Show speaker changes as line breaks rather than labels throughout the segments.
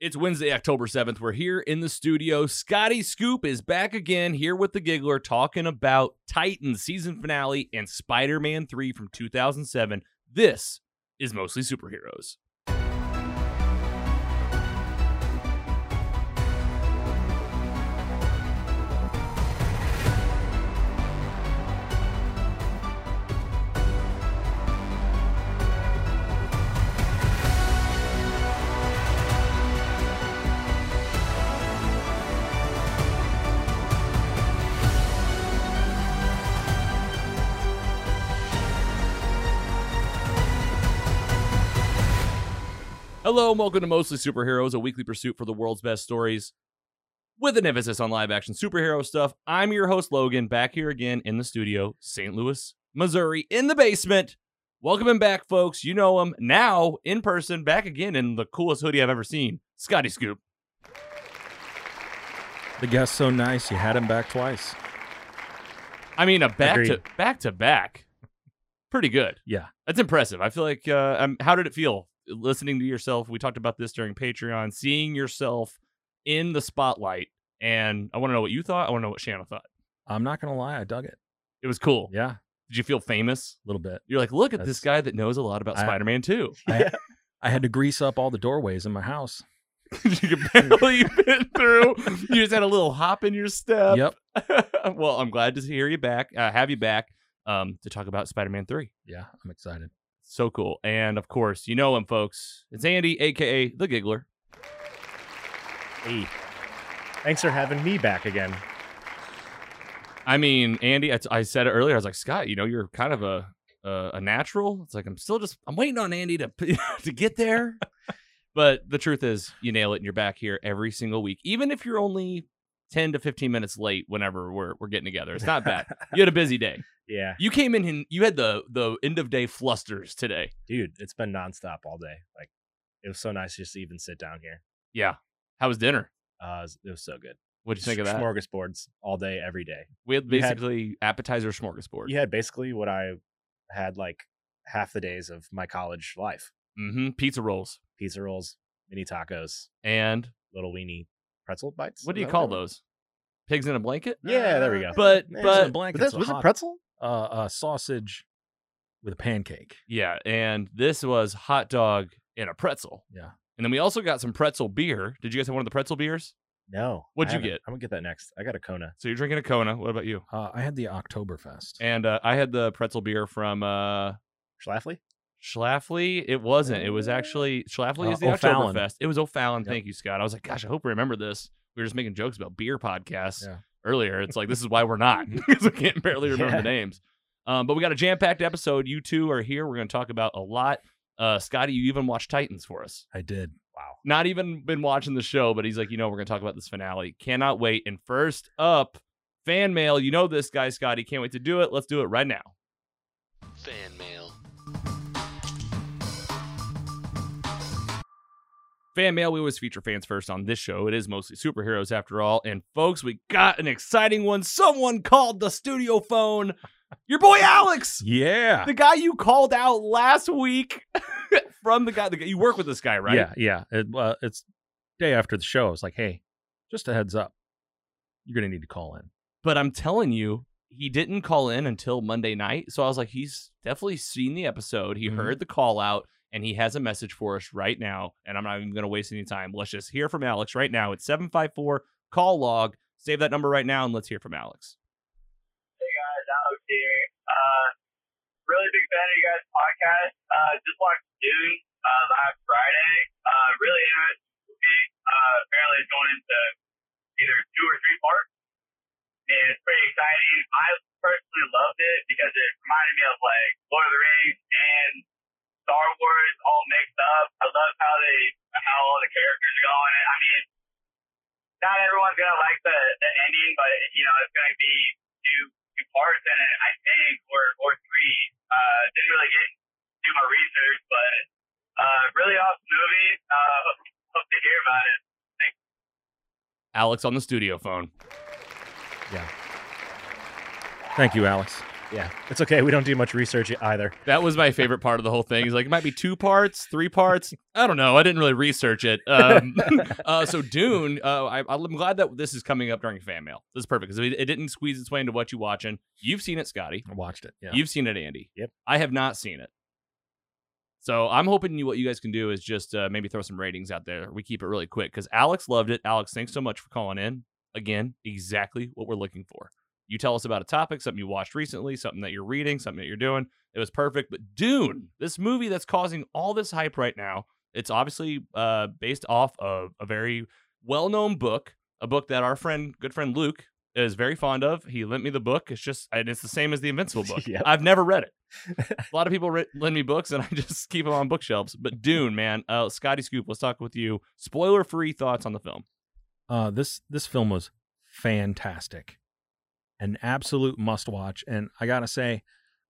It's Wednesday, October 7th. We're here in the studio. Scotty Scoop is back again here with the Giggler talking about Titan season finale and Spider Man 3 from 2007. This is mostly superheroes. Hello and welcome to Mostly Superheroes, a weekly pursuit for the world's best stories with an emphasis on live action superhero stuff. I'm your host, Logan, back here again in the studio, St. Louis, Missouri, in the basement. Welcome him back, folks. You know him now in person, back again in the coolest hoodie I've ever seen, Scotty Scoop.
The guest's so nice, you had him back twice.
I mean, a back to
Agreed.
back to back, pretty good.
Yeah.
That's impressive. I feel like, uh, um, how did it feel listening to yourself? We talked about this during Patreon, seeing yourself in the spotlight. And I want to know what you thought. I want to know what Shanna thought.
I'm not gonna lie, I dug it.
It was cool.
Yeah, a
Did you feel famous?
little bit.
You're like, look at this
That's-
guy that knows a lot about
I-
Spider Man 2.
I, I had to grease up all the doorways in my house.
you could barely fit through. You just had a little hop in your step.
Yep.
well, I'm glad to hear you back, uh, have you back um, to talk about Spider Man 3.
Yeah, I'm excited.
So cool. And of course, you know him, folks. It's Andy, aka the Giggler.
Hey. Thanks for having me back again.
I mean, Andy, I, I said it earlier. I was like, Scott, you know, you're kind of a a, a natural. It's like I'm still just I'm waiting on Andy to to get there. but the truth is, you nail it, and you're back here every single week, even if you're only ten to fifteen minutes late. Whenever we're we're getting together, it's not bad. you had a busy day.
Yeah,
You came in and you had the the end of day flusters today.
dude, it's been nonstop all day. Like, it was so nice just to even sit down here.
Yeah. How was dinner?
Uh, it was, it was so good.
What'd you think of that?
Smorgasbords all day, every day.
we had
you had-
basically appetizer smorgasbord.
You had basically what I had like half the days of my college life:
Mm-hmm. Pizza rolls
pizza rolls, mini tacos,
and
little weenie pretzel bites.
what do you
Is that
call
they were?
those? Pigs in a blanket.
Yeah, there we go.
But but
Yeah, But
blankets,
that's-
a
was it
hot-
pretzel?
uh, uh, sausage with a pancake.
Yeah, and this was hot dog and a pretzel.
Yeah.
And then we also got some pretzel beer. Did you guys have one of the pretzel beers?
No.
What'd
I
you
haven't.
get?
I'm gonna get that next. I got a Kona.
So you're drinking a Kona. What about you?
Uh, I had the Oktoberfest.
And uh, I had the pretzel beer from uh,
Schlafly.
Schlafly. It wasn't. It was actually Schlafly
Uh,
is the
O'Fallon.
Oktoberfest. It was O'Fallon.
Yep.
Thank you, Scott. I was like, gosh, I hope we remember this. We were just making jokes about beer podcasts
Yeah.
earlier. It's like this is why we're not because we can't barely remember
Yeah.
the names. Um, but we got a jam packed episode. You two are here. We're going to talk about a lot. Uh, Scotty, you even watched Titans for us.
I did.
Wow.
not even been watching the show, but he's like, you know, we're gonna talk about this finale. Cannot wait. And first up, fan mail. You know this guy, Scotty. Can't wait to do it. Let's do it right now.
Fan mail.
Fan mail, we always feature fans first on this show. It is mostly superheroes after all. And folks, we got an exciting one. Someone called the studio phone. Your boy Alex,
Yeah.
the guy you called out last week from the guy, the guy you work with this guy, right?
Yeah, yeah. It, uh, it's day after the show. I was like, hey, just a heads up, you're gonna need to call in.
But I'm telling you, he didn't call in until Monday night. So I was like, he's definitely seen the episode. He
Mhm.
heard the call out and he has a message for us right now. And I'm not even going to waste any time. Let's just hear from Alex right now. It's 754 call log. Save that number right now and let's hear from Alex.
guys, Alex here. Uh, really big fan of you guys' podcast. Uh, just watched Dune uh, last Friday. Uh, really interesting movie. Uh, apparently it's going into either two or three parts, and it's pretty exciting. I personally loved it because it reminded me of like Lord of the Rings and Star Wars all mixed up. I love how they how all the characters are going. I mean, not everyone's gonna like the, the ending, but you know it's gonna be two two parts in it, I think, or or three. Uh, didn't really get to do my research, but uh, really awesome movie. Uh, hope- hope to hear about it.
Alex on the studio phone.
Thank you, Alex.
Yeah, it's okay. We don't do much research either.
That was my favorite part of the whole thing. He's like, it might be two parts, three parts. I don't know. I didn't really research it. Um, uh, so Dune, uh, I, I'm glad that this is coming up during fan mail. This is perfect because it, it didn't squeeze its way into what you watching. You've seen it, Scotty.
I watched it. Yeah.
You've seen it, Andy.
Yep.
I have not seen it. So I'm hoping you what you guys can do is just uh, maybe throw some ratings out there. We keep it really quick because Alex loved it. Alex, thanks so much for calling in. Again, exactly what we're looking for. You tell us about a topic, something you watched recently, something that you're reading, something that you're doing. It was perfect. But Dune, this movie that's causing all this hype right now, it's obviously uh, based off of a very well known book, a book that our friend, good friend Luke, is very fond of. He lent me the book. It's just, and it's the same as the Invincible book.
Yep.
I've never read it. a lot of people ri- lend me books, and I just keep them on bookshelves. But Dune, man, uh, Scotty Scoop, let's talk with you. Spoiler free thoughts on the film.
Uh, this this film was fantastic, an absolute must watch. And I gotta say,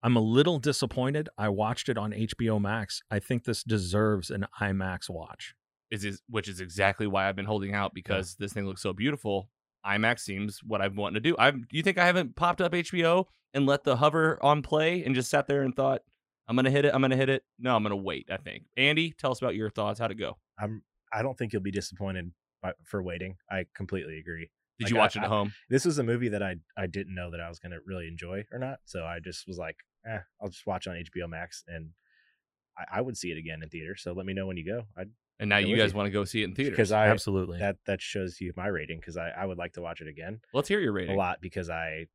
I'm a little disappointed. I watched it on HBO Max. I think this deserves an IMAX watch.
Is is which is exactly why I've been holding out because this thing looks so beautiful. IMAX seems what I've wanted to do. I you think I haven't popped up HBO and let the hover on play and just sat there and thought I'm gonna hit it. I'm gonna hit it. No, I'm gonna wait. I think. Andy, tell us about your thoughts. How'd it go?
I'm. I don't think you'll be disappointed by, for waiting. I completely agree.
Did
Like,
you
I-
watch it
I-
at home?
This was a movie that I I didn't know that I was gonna really enjoy or not. So I just was like, eh, I'll just watch on HBO Max, and I, I would see it again in theater. So let me know when you go. I
And now
Yeah,
you
with
guys
you.
want to go see it in theaters?
because e I
Absolutely.
that that shows you my rating because I I would like to watch it again
Let's hear your
a
rating.
lot because I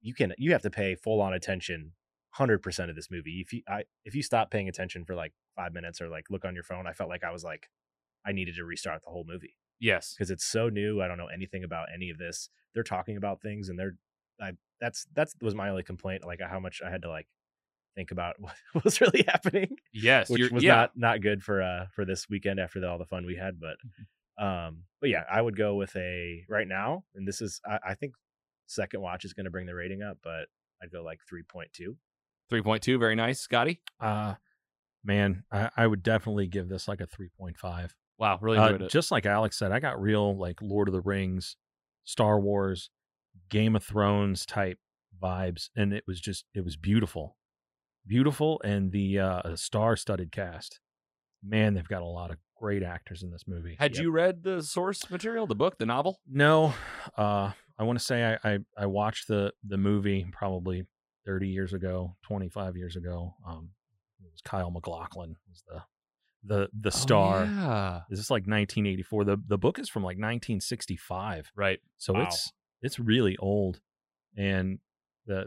you can you have to pay full on attention. Hundred percent of this movie. If you I if you stop paying attention for like five minutes or like look on your phone, I felt like I was like I needed to restart the whole movie.
Yes.
because it's so new. I don't know anything about any of this. They're talking about things, and they're I that's that's was my only complaint, like how much I had to like think about what was really happening,
Yes.
which
you're-
was
yeah.
not not good for uh for this weekend after the, all the fun we had. But
Mm-hmm.
um, but yeah, I would go with a right now, and this is I, I think second watch is going to bring the rating up, but I'd go like three point two.
Three point two, very nice, Scotty.
uh, man, I, I would definitely give this like a 3.5.
Wow, really
Uh,
enjoyed it.
Just like Alex said, I got real like Lord of the Rings, Star Wars, Game of Thrones type vibes, and it was just it was beautiful, beautiful, and the uh, star-studded cast. Man, they've got a lot of great actors in this movie.
Had you read the source material, the book, the novel?
No, uh, I want to say I, I I watched the the movie probably 30 years ago, 25 years ago. Um, it was Kyle MacLachlan was the the the star.
Oh, yeah.
This is like 1984. The the book is from like 1965.
Right.
So
Wow.
it's it's really old, and the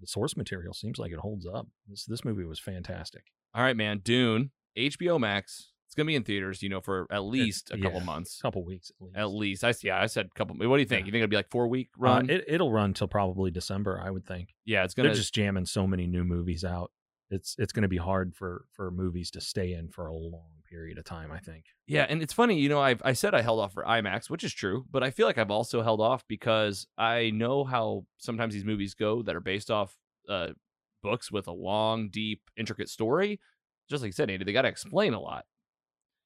the source material seems like it holds up. This this movie was fantastic.
All right, man. Dune, HBO Max. It's gonna be in theaters, you know, for at least a couple
yeah.
months.
A couple weeks at least.
At least, I yeah, I said couple. What do you think?
Yeah.
You think it'll be like four week
Uh,
run?
it it'll run till probably December, I would think.
yeah, it's gonna
They're just jamming so many new movies out. It's it's going to be hard for for movies to stay in for a long period of time. I think.
Yeah, and it's funny, you know, I've I said I held off for IMAX, which is true, but I feel like I've also held off because I know how sometimes these movies go that are based off uh, books with a long, deep, intricate story. Just like you said, Andy, they got to explain a lot,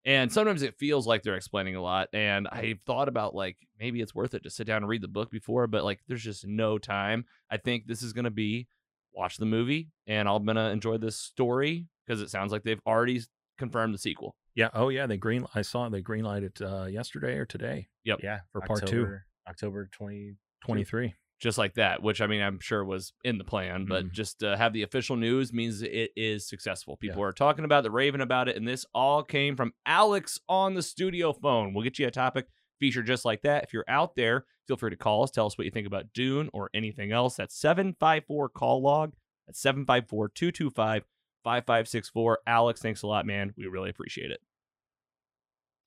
and sometimes it feels like they're explaining a lot. And I've thought about like maybe it's worth it to sit down and read the book before, but like there's just no time. I think this is gonna be watch the movie, and I'm gonna enjoy this story because it sounds like they've already confirmed the sequel.
Yeah. Oh yeah. They green. I saw they greenlighted it uh, yesterday or today.
Yeah,
For part two.
two, October twenty.
Twenty three.
just like that, which I mean, I'm sure was in the plan, but
Mhm.
just to have the official news means it is successful. People are talking about it, they're raving about it, and this all came from Alex on the studio phone. We'll get you a topic feature just like that. If you're out there, feel free to call us. Tell us what you think about Dune or anything else. That's 754 call log. That's 754 225 5564. Alex, thanks a lot, man. We really appreciate it.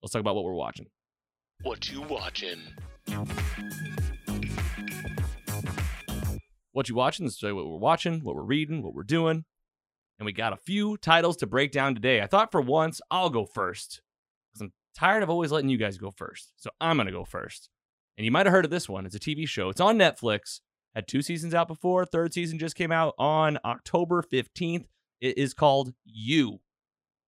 Let's talk about what we're watching.
What you watching?
what you watching. This is what we're watching, what we're reading, what we're doing. And we got a few titles to break down today. I thought for once I'll go first because I'm tired of always letting you guys go first. So I'm going to go first. And you might have heard of this one. It's a TV show, it's on Netflix. Had two seasons out before. Third season just came out on October 15th. It is called You.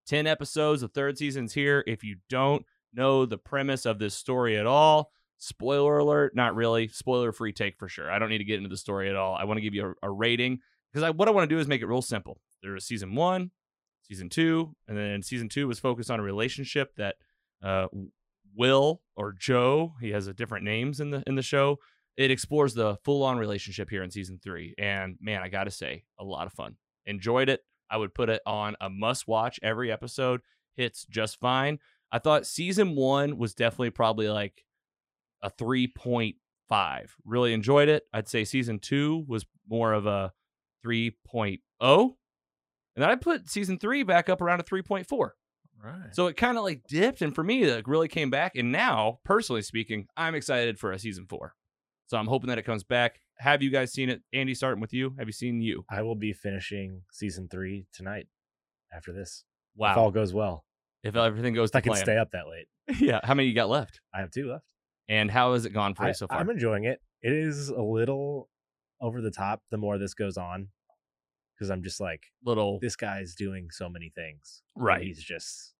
10 episodes. The third season's here. If you don't know the premise of this story at all, Spoiler alert, not really. Spoiler free take for sure. I don't need to get into the story at all. I want to give you a, a rating because I, what I want to do is make it real simple. There was season one, season two, and then season two was focused on a relationship that uh, Will or Joe, he has a different names in the in the show. It explores the full on relationship here in season three, and man, I gotta say, a lot of fun. Enjoyed it. I would put it on a must watch. Every episode hits just fine. I thought season one was definitely probably like a 3.5. Really enjoyed it. I'd say season two was more of a 3.0. And then I put season three back up around a 3.4.
Right.
So it kind of like dipped. And for me, it really came back. And now, personally speaking, I'm excited for a season four. So I'm hoping that it comes back. Have you guys seen it? Andy, starting with you. Have you seen you?
I will be finishing season three tonight after this. If all
Wow.
goes well.
If everything goes
If I
to
can
plan.
stay up that late.
yeah. How many you got left?
I have two left.
And how has it gone for you so far?
am enjoying it. It is a little over the top the more this goes on. Because I'm just like,
Little
this guy's doing so many things. and
right.
He's just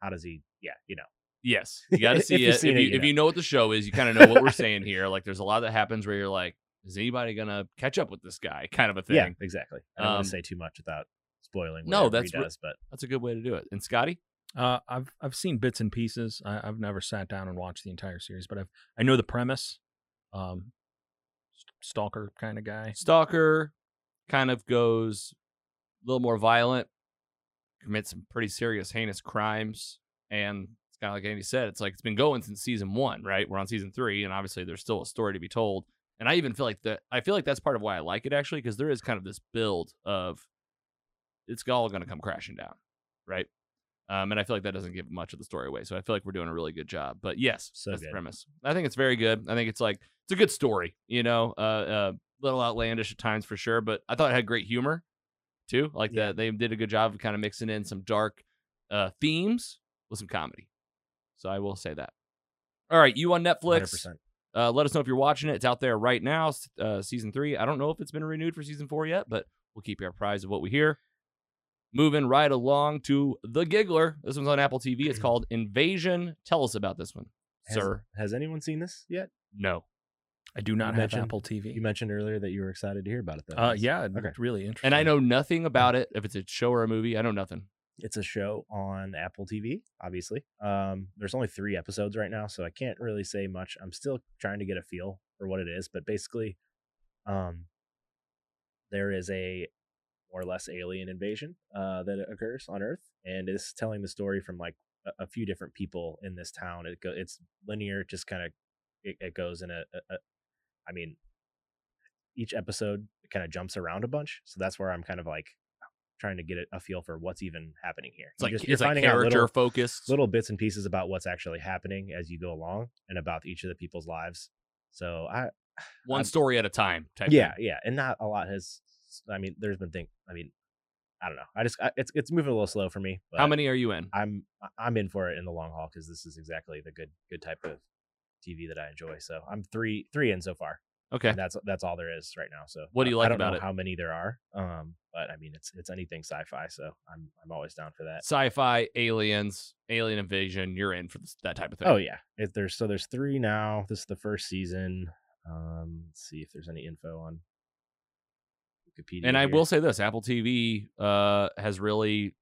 how does he yeah, you know.
Yes, you got to
If
see
you've
it. If you,
seen it, you
if
know.
you know what the show is, you kind of know what we're saying here. Like, there's a lot that happens where you're like, is anybody gonna catch up with this guy? Kind of a thing.
Yeah, exactly. I don't want
Um,
to say too much without spoiling
No,
whatever
that's
he
re-
does, but
That's a good way to do it. And Scotty,
Uh, I've I've seen bits and pieces. I, I've never sat down and watched the entire series, but I've I know the premise. Um, s- stalker kind of guy.
Stalker, kind of goes a little more violent, commits some pretty serious heinous crimes, and it's kind of like Andy said, it's like it's been going since season one, right? We're on season three, and obviously there's still a story to be told. And I even feel like that. I feel like that's part of why I like it actually, because there is kind of this build of it's all going to come crashing down, right? Um, and I feel like that doesn't give much of the story away. So I feel like we're doing a really good job. But yes,
So
that's the
good.
premise. I think it's very good. I think it's like it's a good story, you know, a uh, uh, little outlandish at times for sure, but I thought it had great humor too. Like
Yeah.
that, they did a good job of kind of mixing in some dark uh, themes with some comedy. So I will say that. All right, you on Netflix.
100%.
Uh, let us know if you're watching it. It's out there right now, s- uh, season three. I don't know if it's been renewed for season four yet, but we'll keep you apprised of what we hear. Moving right along to The Giggler. This one's on Apple TV. It's called Invasion. Tell us about this one,
Has-
sir.
Has anyone seen this yet?
No.
I do not have
mentioned-
Apple TV.
You mentioned earlier that you were excited to hear about it though.
Uh,
It's-
yeah, it
Okay.
looked really interesting.
And I know nothing about it. If it's a show or a movie, I know nothing.
It's a show on Apple TV, obviously. Um, there's only three episodes right now, so I can't really say much. I'm still trying to get a feel for what it is, but basically, um, there is a more or less alien invasion uh, that occurs on Earth, and it's telling the story from like a, a few different people in this town. It go, it's linear, it just kind of it, it goes in a, a, a, I mean, each episode kind of jumps around a bunch, so that's where I'm kind of like trying to get a- a feel for what's even happening here.
It's
You
like
just- you're
it's like
finding out
character
little-
focused.
little bits and pieces about what's actually happening as you go along and about each of the people's lives. So I
one
I'm-
story at a time type
yeah,
thing.
yeah, and not a lot has I mean there's been things I mean I don't know. I just I, it's it's moving a little slow for me, but
how many are you in
I'm I'm in for it in the long haul cuz this is exactly the good good type of TV that I enjoy. So I'm 3 3 in so far.
okay
And that's that's all there is right now. So
What do
I-
you
I
like
don't
about
know
it?
How many there are? Um, but I mean it's it's anything sci-fi, so I'm I'm always down for that.
sci-fi aliens alien invasion you're in for this, that type of thing
Oh yeah, if there's so there's three now. This is the first season. Um, let's see if there's any info on Wikipedia.
and i
here.
will say this apple tv uh has really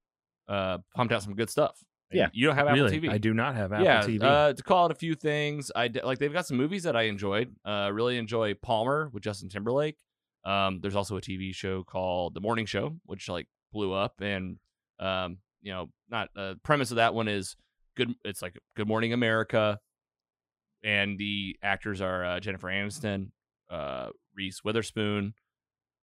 uh pumped out some good stuff And
Yeah.
you don't have apple
really,
tv
I do not have Apple
yeah,
TV.
Uh, to call out a few things, I d- like they've got some movies that I enjoyed. Uh, really enjoy Palmer with Justin Timberlake. Um, there's also a TV show called The Morning Show, which like blew up, and um, you know, not uh, premise of that one is good. It's like Good Morning America, and the actors are uh, Jennifer Aniston, uh, Reese Witherspoon,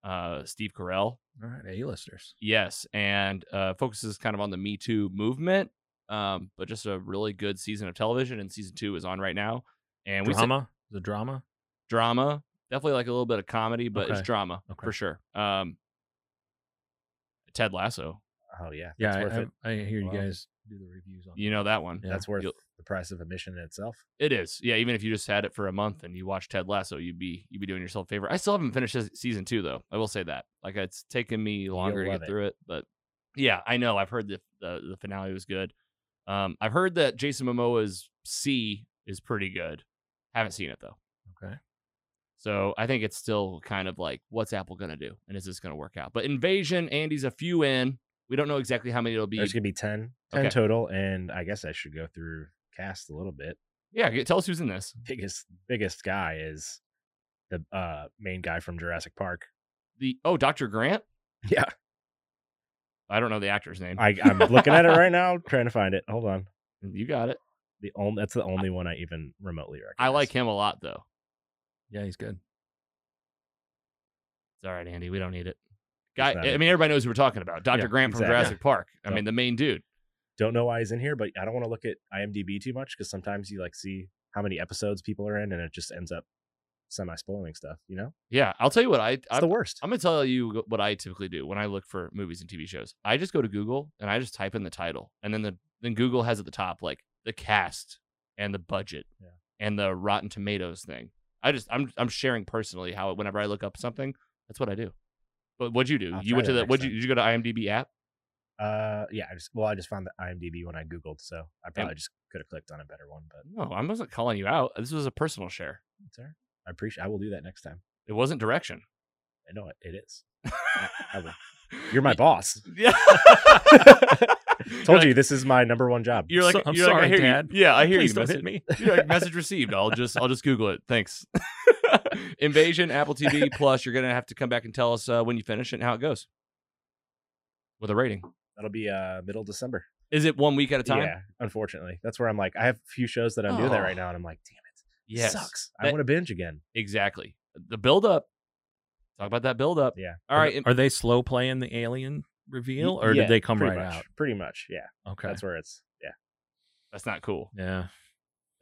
uh, Steve Carell.
All right, A-listers.
Yes, and uh, focuses kind of on the Me Too movement, um, but just a really good season of television. And season two is on right now, and we said
drama, the drama.
drama, definitely like a little bit of comedy, but it's
Okay.
drama
Okay.
for sure. Um, Ted Lasso,
Oh yeah,
Yeah,
that's
I,
worth it.
I, I hear
Wow.
you guys do the reviews on.
you know that one.
Yeah.
That's worth
You'll-
the price of admission in itself.
It is, yeah. Even if you just had it for a month and you watch Ted Lasso, you'd be you'd be doing yourself a favor. I still haven't finished se- season two though. I will say that. Like it's taken me longer to
love
get
it.
through it, but yeah, I know. I've heard the the, the finale was good. Um, I've heard that Jason Momoa's C is pretty good. Haven't seen it though.
Okay.
So I think it's still kind of like, what's Apple gonna do, and is this gonna work out? But Invasion, Andy's a few in. We don't know exactly how many it'll be.
There's gonna be 10, 10
Okay.
total, and I guess I should go through cast a little bit.
Yeah, g- tell us who's in this.
Biggest biggest guy is the uh main guy from Jurassic Park.
The oh, Doctor Grant.
Yeah,
I don't know the actor's name.
I, I'm looking at it right now, trying to find it. Hold on,
Mm, You got it.
the only that's the only one I even remotely recognize.
I like him a lot though.
Yeah, he's good.
It's all right, Andy. We don't need it. Guy,
That's not
I
it.
mean, everybody knows who we're talking about. Doctor
Yeah,
Grant from
exactly.
Jurassic Park. I
Yep.
mean, the main dude.
Don't know why he's in here, but I don't want to look at IMDb too much because sometimes you like see how many episodes people are in, and it just ends up semi spoiling stuff. You know,
Yeah, I'll tell you what. I
it's
I'm,
the worst.
I'm gonna tell you what I typically do when I look for movies and TV shows. I just go to Google and I just type in the title, and then the then Google has at the top like the cast and the budget
Yeah.
and the Rotten Tomatoes thing. I just I'm I'm sharing personally how whenever I look up something, that's what I do. But what'd you do?
I'll
you
try
went
that
to the
next
what you
time.
did you go to IMDb app?
Uh, yeah. I just well, I just found the IMDb when I googled, so I probably just could have clicked on a better one, but
No, I wasn't calling you out. This was a personal share.
it's all right. I appreciate. I will do that next time.
It wasn't direction.
I know it, it is. I will. You're my boss.
Yeah.
Told you this is my number one job.
You're like,
So- I'm
you're like, I
sorry,
hear
Dad.
You. Yeah, I hear
Please
you.
don't
message
hit me.
You're like, message received. I'll just I'll just Google it. Thanks. Invasion, Apple TV Plus. You're gonna have to come back and tell us uh, when you finish it and how it goes with a rating.
That'll be uh middle December.
Is it one week at a time?
Yeah, unfortunately, that's where I'm like, I have a few shows that I'm doing that right now, and I'm like, damn it,
Yes.
sucks. I
That-
want to binge again.
Exactly. The build up. Talk about that build up.
Yeah.
All right.
Are they slow playing the alien reveal, or
Yeah,
did they come
pretty
right
much,
out?
Pretty much, yeah.
Okay.
That's where it's yeah.
That's not cool.
yeah.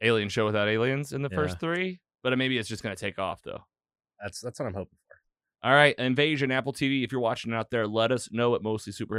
Alien show without aliens in the
Yeah.
first three, but maybe it's just gonna take off though.
That's that's what I'm hoping for.
All right, Invasion, Apple TV. If you're watching out there, let us know at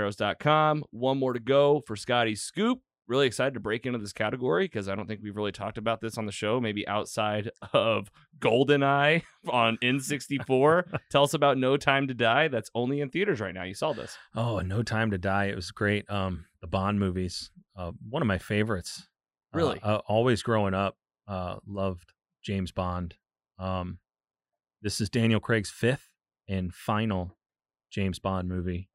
mostlysuperheroes.com. One more to go for Scotty's scoop. Really excited to break into this category because I don't think we've really talked about this on the show, maybe outside of GoldenEye on N64. Tell us about No Time to Die. That's only in theaters right now. You saw this.
Oh, and No Time to Die. It was great. Um, the Bond movies, uh, one of my favorites. Uh,
Really?
uh, always growing up, uh, loved James Bond. Um, this is Daniel Craig's fifth and final James Bond movie.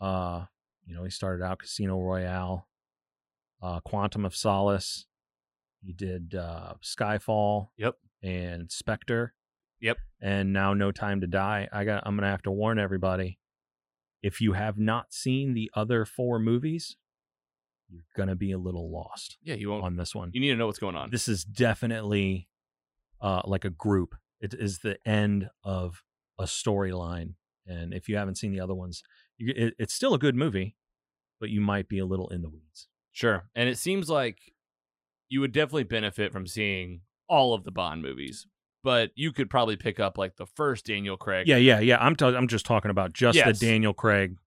Uh, you know, he started out Casino Royale, uh, Quantum of Solace. He did uh, Skyfall.
Yep.
And Spectre.
Yep.
And now No Time to Die. I got. I'm gonna have to warn everybody. If you have not seen the other four movies, you're gonna be a little lost
Yeah, you won't.
on this one.
Oh, You need to know what's going on.
This is definitely uh, like a group. It is the end of a storyline, and if you haven't seen the other ones, you, it, it's still a good movie, but you might be a little in the weeds.
Sure. And it seems like you would definitely benefit from seeing all of the Bond movies, but you could probably pick up like the first Daniel Craig.
Yeah, yeah, yeah. I'm t- I'm just talking about just
Yes.
the Daniel Craig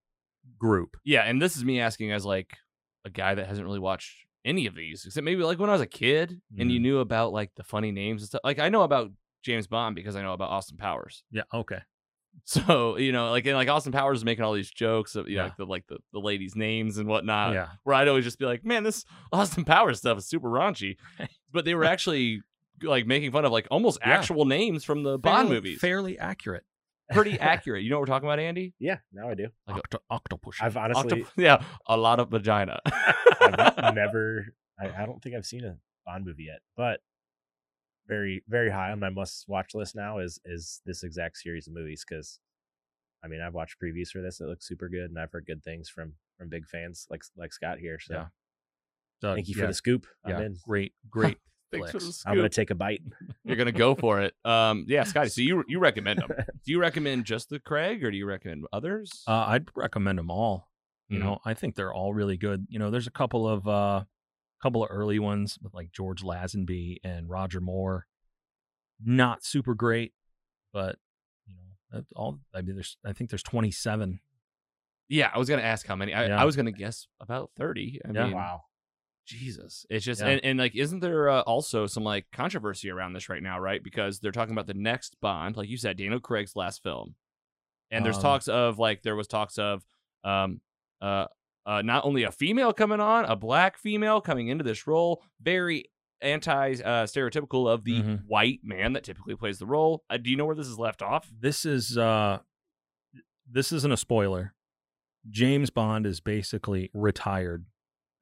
group.
Yeah, and this is me asking as like a guy that hasn't really watched any of these, except maybe like when I was a kid and you knew about like the funny names and stuff. Like I know about James Bond because I know about Austin Powers.
Yeah. Okay.
So you know, like and like Austin Powers is making all these jokes of you know,
Yeah.
like the like the, the ladies' names and whatnot.
yeah.
Where I'd always just be like, man, this Austin Powers stuff is super raunchy, but they were actually like making fun of like almost
Yeah.
actual names from the Bond
Fairly-
movies.
Fairly accurate.
Pretty accurate. You know what we're talking about, Andy?
Yeah, now I do.
Like
Octo- octopus.
I've honestly,
Octop- yeah, a lot of vagina.
I've never. I, I don't think I've seen a Bond movie yet, but very, very high on my must-watch list now is is this exact series of movies because, I mean, I've watched previews for this. It looks super good, and I've heard good things from from big fans like like Scott here. So
Yeah. So,
thank you
yeah,
for the scoop. I'm
yeah,
in.
Great, great.
Thanks for the
flicks.
scoop.
I'm gonna take a bite.
You're gonna go for it. Um, yeah, Scotty. So you you recommend them? Do you recommend just the Craig, or do you recommend others?
Uh, I'd recommend them all. You
Mhm.
know, I think they're all really good. You know, there's a couple of uh couple of early ones with like George Lazenby and Roger Moore. Not super great, but you know, that's all I mean there's I think there's 27.
yeah, I was gonna ask how many. I,
Yeah.
I was gonna guess about thirty. I
Yeah.
mean,
Wow.
Jesus, it's just
Yeah.
and, and like, isn't there uh, also some like controversy around this right now? Right, because they're talking about the next Bond, like you said, Daniel Craig's last film, and there's
Um,
talks of like there was talks of um uh. Uh, not only a female coming on, a black female coming into this role, very anti uh, stereotypical of the
Mhm.
white man that typically plays the role. Uh, do you know where this is left off?
This is uh this isn't a spoiler. James Bond is basically retired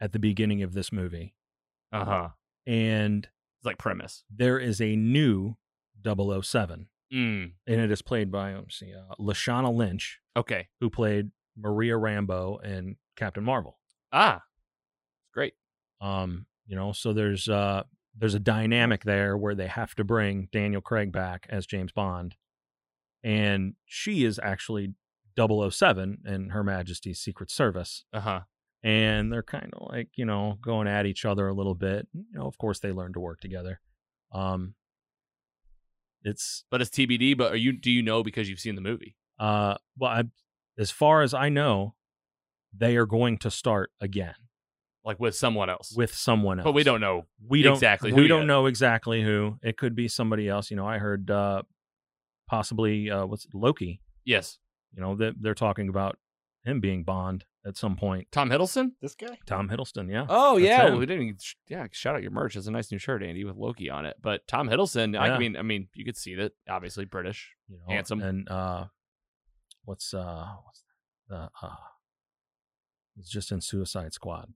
at the beginning of this movie.
Uh
Uh-huh.
huh.
And
It's like premise.
there is a new 007
Mm.
and it is played by let me see, uh, Lashana Lynch
Okay.
who played Maria Rambo and Captain Marvel.
Ah, great.
Um, you know, so there's uh there's a dynamic there where they have to bring Daniel Craig back as James Bond. And she is actually 007 in Her Majesty's Secret Service.
Uh huh.
And they're kind of like, you know, going at each other a little bit. You know, of course they learn to work together. Um it's
But it's TBD. But are you? Do you know because you've seen the movie?
uh well I, as far as I know, they are going to start again
Like with someone else.
with someone else.
but we don't know.
we don't
Exactly who
we don't
yet.
know exactly who it could be somebody else you know i heard uh possibly uh what's loki
Yes.
you know that they're talking about him being bond at some point
Tom Hiddleston.
This guy?
tom hiddleston yeah
Oh
That's
yeah,
him.
we didn't. sh- Yeah, shout out your merch. It's a nice new shirt, Andy, with Loki on it. But Tom Hiddleston, I
Yeah.
mean, I mean, you could see that. Obviously, British.
you know,
handsome.
and uh what's uh what's the uh it's just in suicide squad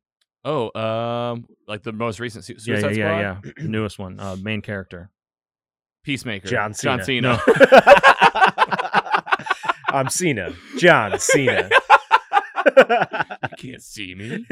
Oh, um, like the most recent Su-
Yeah,
Suicide
yeah
Squad,
yeah yeah newest one uh main character
Peacemaker,
John Cena.
John
Oh.
Cena.
I'm Cena. John Cena.
you can't see me.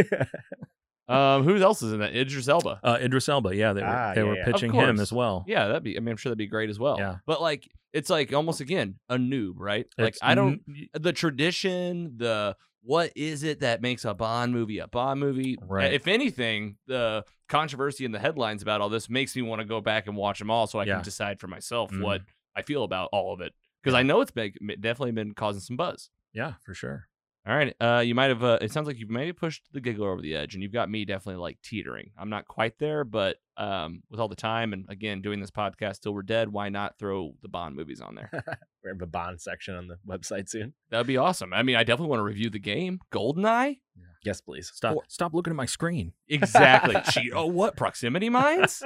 Um, who else is in that? Idris Elba.
uh idris elba yeah they were,
Ah,
they
yeah,
were
yeah. Of
pitching him
course.
as well
Yeah, that'd be. I mean, I'm sure that'd be great as well.
Yeah.
But like, it's like almost again a noob, right? like,
It's
I don't
n-
the tradition, the what is it that makes a Bond movie a Bond movie?
Right.
If anything, the controversy in the headlines about all this makes me want to go back and watch them all, so I
Yeah.
can decide for myself
Mm.
what I feel about all of it. Because I know it's been, definitely been causing some buzz.
yeah for sure
All right. Uh, you might have. Uh, it sounds like you may have pushed the giggler over the edge, and you've got me definitely like teetering. I'm not quite there, but um, with all the time and again doing this podcast till we're dead, why not throw the Bond movies on there?
We're in the Bond section on the website soon.
That'd be awesome. I mean, I definitely want to review the game. Goldeneye.
Yes, please.
stop
Or-
stop looking at my screen
Exactly. Gee, oh, what proximity mines?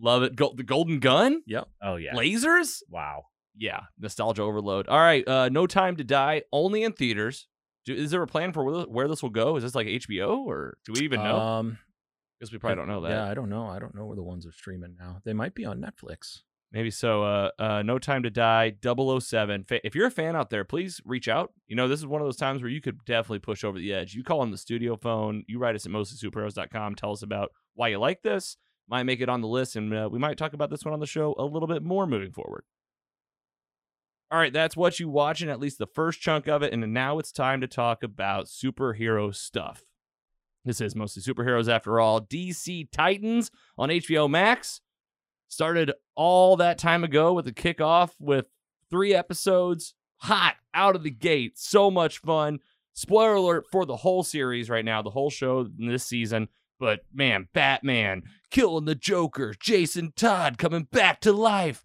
Love it. Gold the golden gun,
Oh yeah.
lasers.
Wow.
Yeah, nostalgia overload. All right, uh, no time to die. Only in theaters. Do, is there a plan for where, where this will go? Is this like HBO or do we even know?
um
Because we probably don't know that.
Yeah, I don't know. I don't know where the ones are streaming now. They might be on Netflix.
Maybe so. Uh, uh, No Time to Die, 007. Fa- If you're a fan out there, please reach out. You know, this is one of those times where you could definitely push over the edge. You call on the studio phone, you write us at mostlysuperheroes.com, tell us about why you like this, might make it on the list, and uh, we might talk about this one on the show a little bit more moving forward. All right, that's what you watching, at least the first chunk of it. And now it's time to talk about superhero stuff. This is mostly superheroes after all. DC Titans on HBO Max started all that time ago with a kickoff with three episodes hot out of the gate so much fun spoiler alert for the whole series right now the whole show this season but man batman killing the joker jason todd coming back to life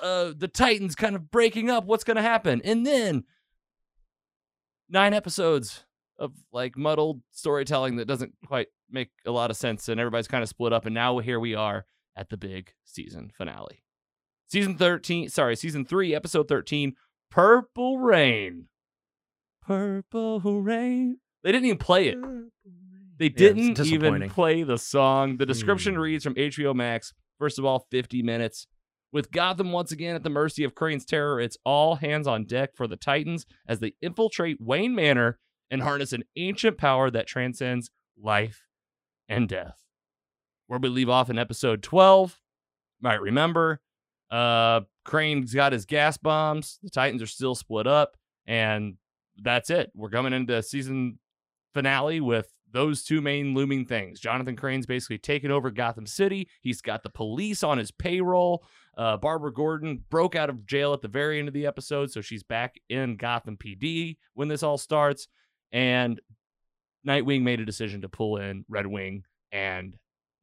uh, the titans kind of breaking up what's going to happen and then nine episodes of like muddled storytelling that doesn't quite make a lot of sense and everybody's kind of split up and now here we are at the big season finale. Season 13, sorry, season 3, episode 13, Purple Rain. Purple Rain. They didn't even play it. They
it's
didn't even
disappointing.
play the song. The description
Hmm.
reads from HBO Max first of all, 50 minutes. With Gotham once again at the mercy of Crane's terror, it's all hands on deck for the Titans as they infiltrate Wayne Manor and harness an ancient power that transcends life and death. Where we leave off in episode 12, might remember, uh, Crane's got his gas bombs. The Titans are still split up, and that's it. We're coming into season finale with those two main looming things. Jonathan Crane's basically taken over Gotham City. He's got the police on his payroll. Uh, Barbara Gordon broke out of jail at the very end of the episode, so she's back in Gotham PD when this all starts. And Nightwing made a decision to pull in Red Wing and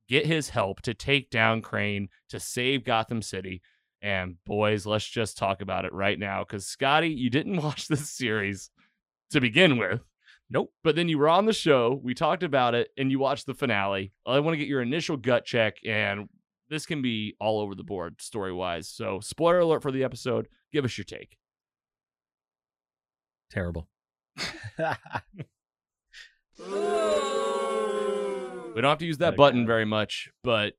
get his help to take down Crane to save Gotham City. And boys, let's just talk about it right now because Scotty, you didn't watch this series to begin with. Nope. But then you were on the show, we talked about it, and you watched the finale. I want to get your initial gut check, and this can be all over the board story wise. So, spoiler alert for the episode. Give us your take.
Terrible.
We don't have to use that
Oh,
button
God.
very much, but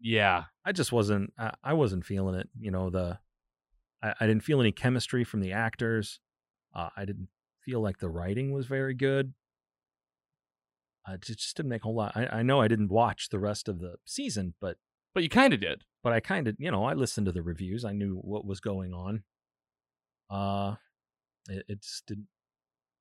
yeah,
I just wasn't. I, I wasn't feeling it. You know the. I, I didn't feel any chemistry from the actors. Uh, I didn't feel like the writing was very good. Uh, it just didn't make a whole lot. I, I know I didn't watch the rest of the season, but
but you kind of did.
but I kind of you know I listened to the reviews. I knew what was going on. Uh, it, it just didn't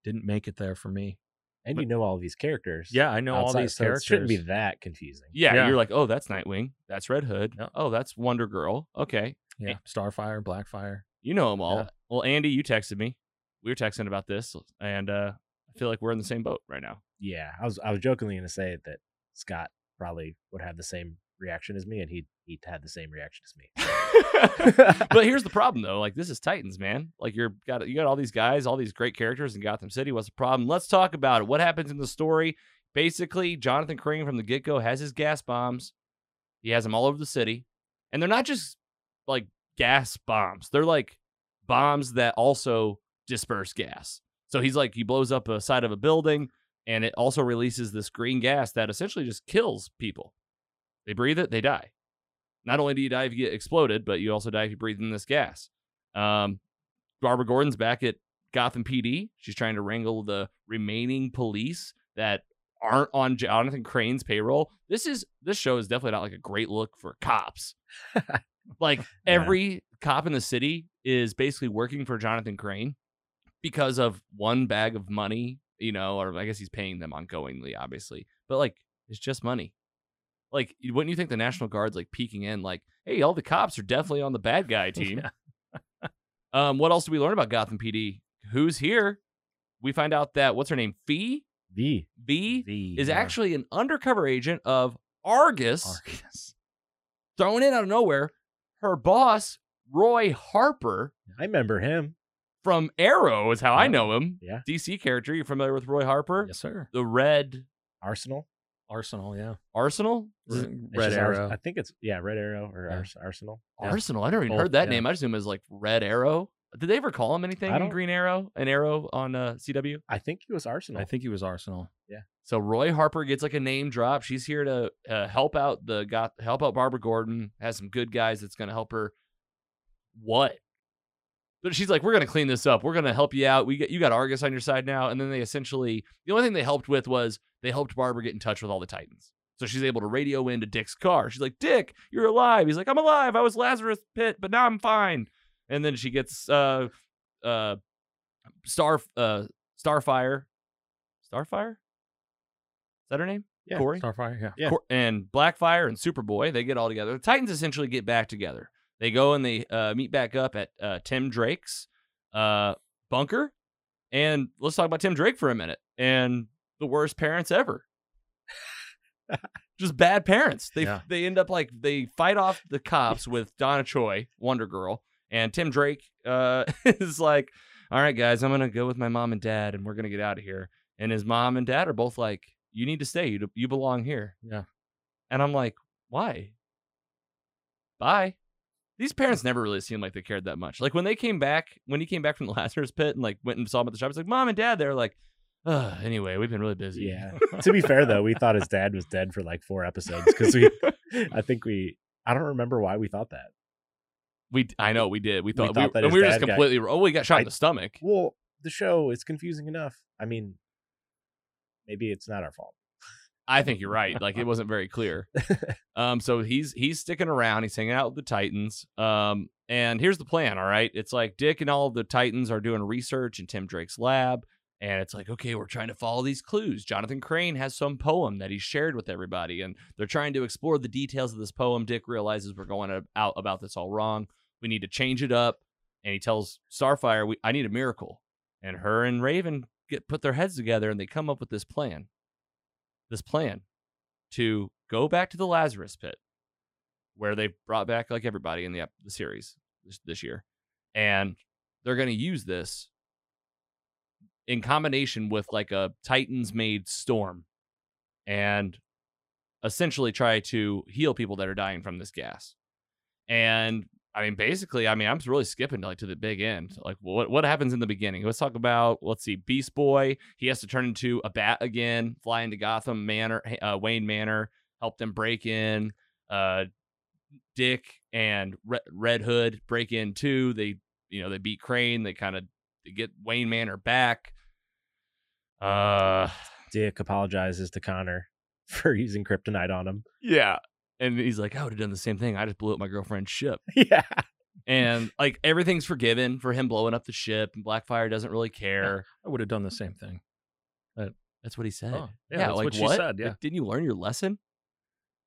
didn't make it there for me.
and you know all these characters.
Yeah, I know all
outside,
these
so
characters.
It shouldn't be that confusing.
Yeah,
Yeah.
you're like, oh, that's Nightwing. That's Red Hood.
Yeah.
Oh, that's Wonder Girl. Okay.
yeah, Starfire, Blackfire.
You know them all.
Yeah.
Well, Andy, you texted me. We were texting about this, and uh, I feel like we're in the same boat right now.
Yeah, I was I was jokingly going to say that Scott probably would have the same reaction as me, and he he had the same reaction as me.
but here's the problem, though. Like, this is Titans, man. Like, you're got you got all these guys, all these great characters in Gotham City. What's the problem? Let's talk about it. What happens in the story? Basically, Jonathan Crane from the get go has his gas bombs. He has them all over the city, and they're not just like gas bombs. They're like bombs that also disperse gas. So he's like, he blows up a side of a building and it also releases this green gas that essentially just kills people. They breathe it, they die. Not only do you die if you get exploded, but you also die if you breathe in this gas. Um, Barbara Gordon's back at Gotham PD. She's trying to wrangle the remaining police that aren't on Jonathan Crane's payroll. This is this show is definitely not like a great look for cops. like every cop in the city is basically working for Jonathan Crane because of one bag of money, you know, or I guess he's paying them ongoingly, obviously. But like, it's just money. Like, you- wouldn't you think the National Guard's like peeking in, like, hey, all the cops are definitely on the bad guy team?
Yeah.
Um, what else do we learn about Gotham PD? Who's here? We find out that what's her name? Fee?
The
V
The,
is
uh,
actually an undercover agent of Argus,
Argus.
thrown in out of nowhere. Her boss, Roy Harper
I remember him.
from Arrow, is how I
Yeah.
know him.
Yeah.
DC character. You familiar with Roy Harper?
Yes, sir.
The Red
Arsenal.
Arsenal. Yeah.
Arsenal? Is it
Red,
It's just Ars-
Arrow.
I think it's yeah, Red Arrow or
Yeah.
Ars- Arsenal.
Yeah.
Arsenal. I never even
Both,
heard that
yeah.
name. I just knew him as like Red Arrow. Did they ever call him anything
I
in
don't-
Green Arrow? An Arrow on uh, CW?
I think he was Arsenal.
I think he was Arsenal.
So Roy Harper gets like a name drop. She's here to uh, help out the got help out Barbara Gordon. Has some good guys that's gonna help her. What? But she's like, we're gonna clean this up. We're gonna help you out. We got you got Argus on your side now. And then they essentially the only thing they helped with was they helped Barbara get in touch with all the Titans. So she's able to radio into Dick's car. She's like, Dick, you're alive. He's like, I'm alive. I was Lazarus Pit, but now I'm fine. And then she gets uh uh Star uh Starfire. Starfire? Is that her name?
Yeah,
Corey?
Starfire. Yeah.
Yeah.
Cor- and Blackfire and Superboy, they get all together. The Titans essentially get back together. They go and they uh, meet back up at uh, Tim Drake's uh, bunker. And let's talk about Tim Drake for a minute and the worst parents ever. Just bad parents. They
Yeah.
they end up like they fight off the cops with Donna Choi, Wonder Girl, and Tim Drake uh, is like, "All right, guys, I'm gonna go with my mom and dad, and we're gonna get out of here." And his mom and dad are both like, "You need to stay. You you belong here."
Yeah.
And I'm like, "Why?" Bye. These parents never really seemed like they cared that much. Like when they came back, when he came back from the Lazarus pit and like went and saw him at the shop, it's like, "Mom and dad," they're like, Ugh, "Anyway, we've been really
E.
busy."
yeah. to be fair though, we thought his dad was dead for like four episodes because we. I think we. I don't remember why we thought that.
We I know we did. We thought we,
thought that
and
his
we were just
dad got-
completely wrong. Oh, we got shot in
I-
the stomach.
Well, the show is confusing enough. I mean, maybe it's not our fault.
I think you're right. Like it wasn't very clear. Um, so he's he's sticking around. He's hanging out with the Titans. Um, and here's the plan. All right, it's like Dick and all of the Titans are doing research in Tim Drake's lab, and it's like, okay, we're trying to follow these clues. Jonathan Crane has some poem that he shared with everybody, and they're trying to explore the details of this poem. Dick realizes we're going ab- out about this all wrong. We need to change it up, and he tells Starfire, "We I need a miracle." And her and Raven get put their heads together, and they come up with this plan. This plan to go back to the Lazarus pit where they brought back like everybody in the, ep- the series this, this year. And they're going to use this in combination with like a Titans made storm and essentially try to heal people that are dying from this gas. And I mean, basically, I mean, I'm really skipping like to the big end. Like, what what happens in the beginning? Let's talk about. Let's see, Beast Boy. He has to turn into a bat again, fly into Gotham Manor, uh, Wayne Manor, help them break in. Uh, Dick and Re- Red Hood break in too. They, you know, they beat Crane. They kind of get Wayne Manor back. Uh,
Dick apologizes to Connor for using kryptonite on him.
yeah. And he's like, I would have done the same thing. I just blew up my girlfriend's ship.
yeah.
and like everything's forgiven for him blowing up the ship and blackfire doesn't really care
I would have done the same thing.
that's what he said
Oh, yeah, that's
like
what she said, yeah.
Like, didn't you learn your lesson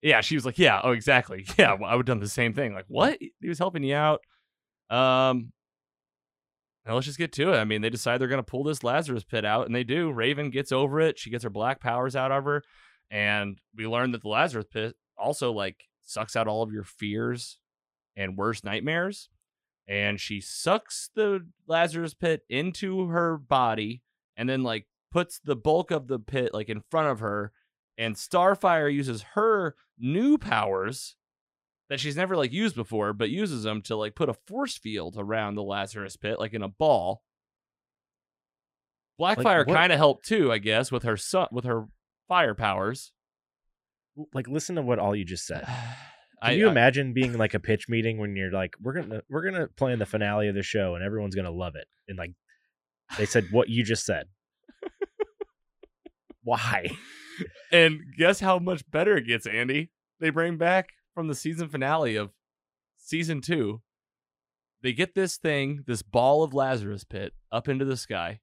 yeah she was like yeah oh exactly yeah well, i would have done the same thing like what he was helping you out um now let's just get to it i mean they decide they're gonna pull this lazarus pit out and they do raven gets over it she gets her black powers out of her and we learn that the lazarus pit also like sucks out all of your fears and worst nightmares and she sucks the lazarus pit into her body and then like puts the bulk of the pit like in front of her and starfire uses her new powers that she's never like used before but uses them to like put a force field around the lazarus pit like in a ball blackfire
what-
kind of helped too i guess with her su- with her fire powers
Like listen to what all you just said. Can
I-
you
I-
imagine being like a pitch meeting when you're like, we're gonna we're gonna plan the finale of the show and everyone's gonna love it. And like they said what you just said. Why?
And guess how much better it gets, Andy? They bring back from the season finale of season two. They get this thing, this ball of Lazarus pit, up into the sky.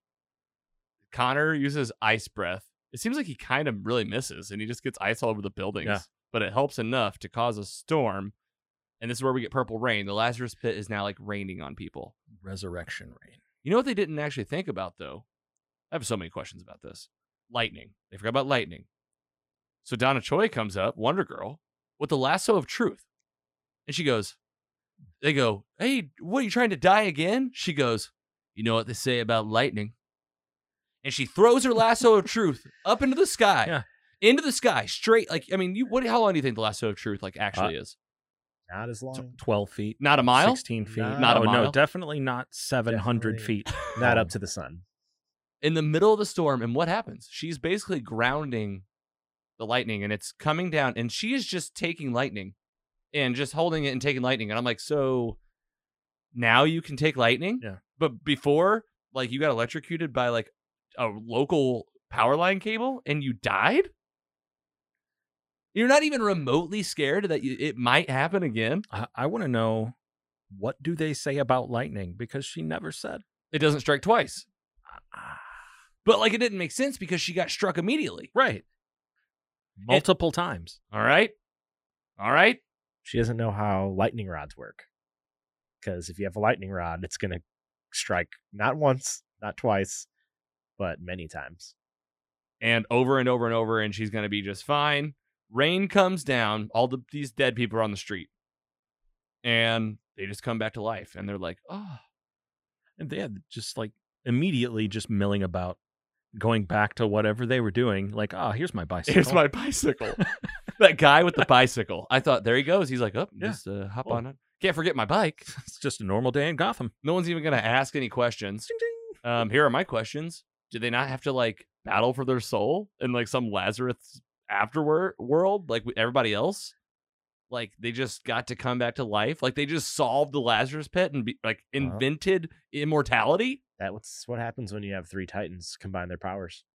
Connor uses ice breath. It seems like he kind of really misses, and he just gets ice all over the buildings.
Yeah.
But it helps enough to cause a storm. And this is where we get purple rain. The Lazarus pit is now like raining on people.
Resurrection rain.
You know what they didn't actually think about though? I have so many questions about this. Lightning. They forgot about lightning. So Donna Choi comes up, Wonder Girl, with the lasso of truth. And she goes, They go, Hey, what are you trying to die again? She goes, You know what they say about lightning. And she throws her lasso of truth up into the sky.
Yeah.
Into the sky, straight. Like, I mean, you what how long do you think the lasso of truth like actually is?
Not as
Tw-
long.
Twelve feet.
Uh, Not a mile?
Sixteen feet.
Not
a
oh,
mile.
No, definitely not seven hundred
Definitely.
feet.
Not
oh.
up to the sun.
in the middle of the storm and what happens she's basically grounding the lightning and it's coming down and she is just taking lightning and just holding it and taking lightning and i'm like so now you can take lightning
Yeah.
but before like you got electrocuted by like a local power line cable and you died you're not even remotely scared that you, it might happen again
I, I want to know what do they say about lightning because she never said.
it doesn't strike twice Ah. but like it didn't make sense because she got struck immediately
Right. Multiple times.
all right all right
She doesn't know how lightning rods work. Because if you have a lightning rod, it's gonna strike not once, not twice, but many times.
and over and over and over, and she's gonna be just fine. Rain comes down, all the these dead people are on the street, and they just come back to life, and they're like, "Oh,
And they had just like immediately just milling about going back to whatever they were doing. Like, oh, here's my bicycle.
here's my bicycle." that guy with the bicycle, I thought, there he goes. He's like, "Oh,
Yeah.
just uh, hop
Cool.
on it. Can't forget my bike."
it's just a normal day in Gotham.
No one's even gonna ask any questions.
Ding, ding.
Um, here are my questions. Do they not have to like battle for their soul in like some Lazarus afterward world like with everybody else? Like they just got to come back to life. Like they just solved the Lazarus pit and be, like
Uh-huh.
invented immortality.
That's what happens when you have three titans combine their powers.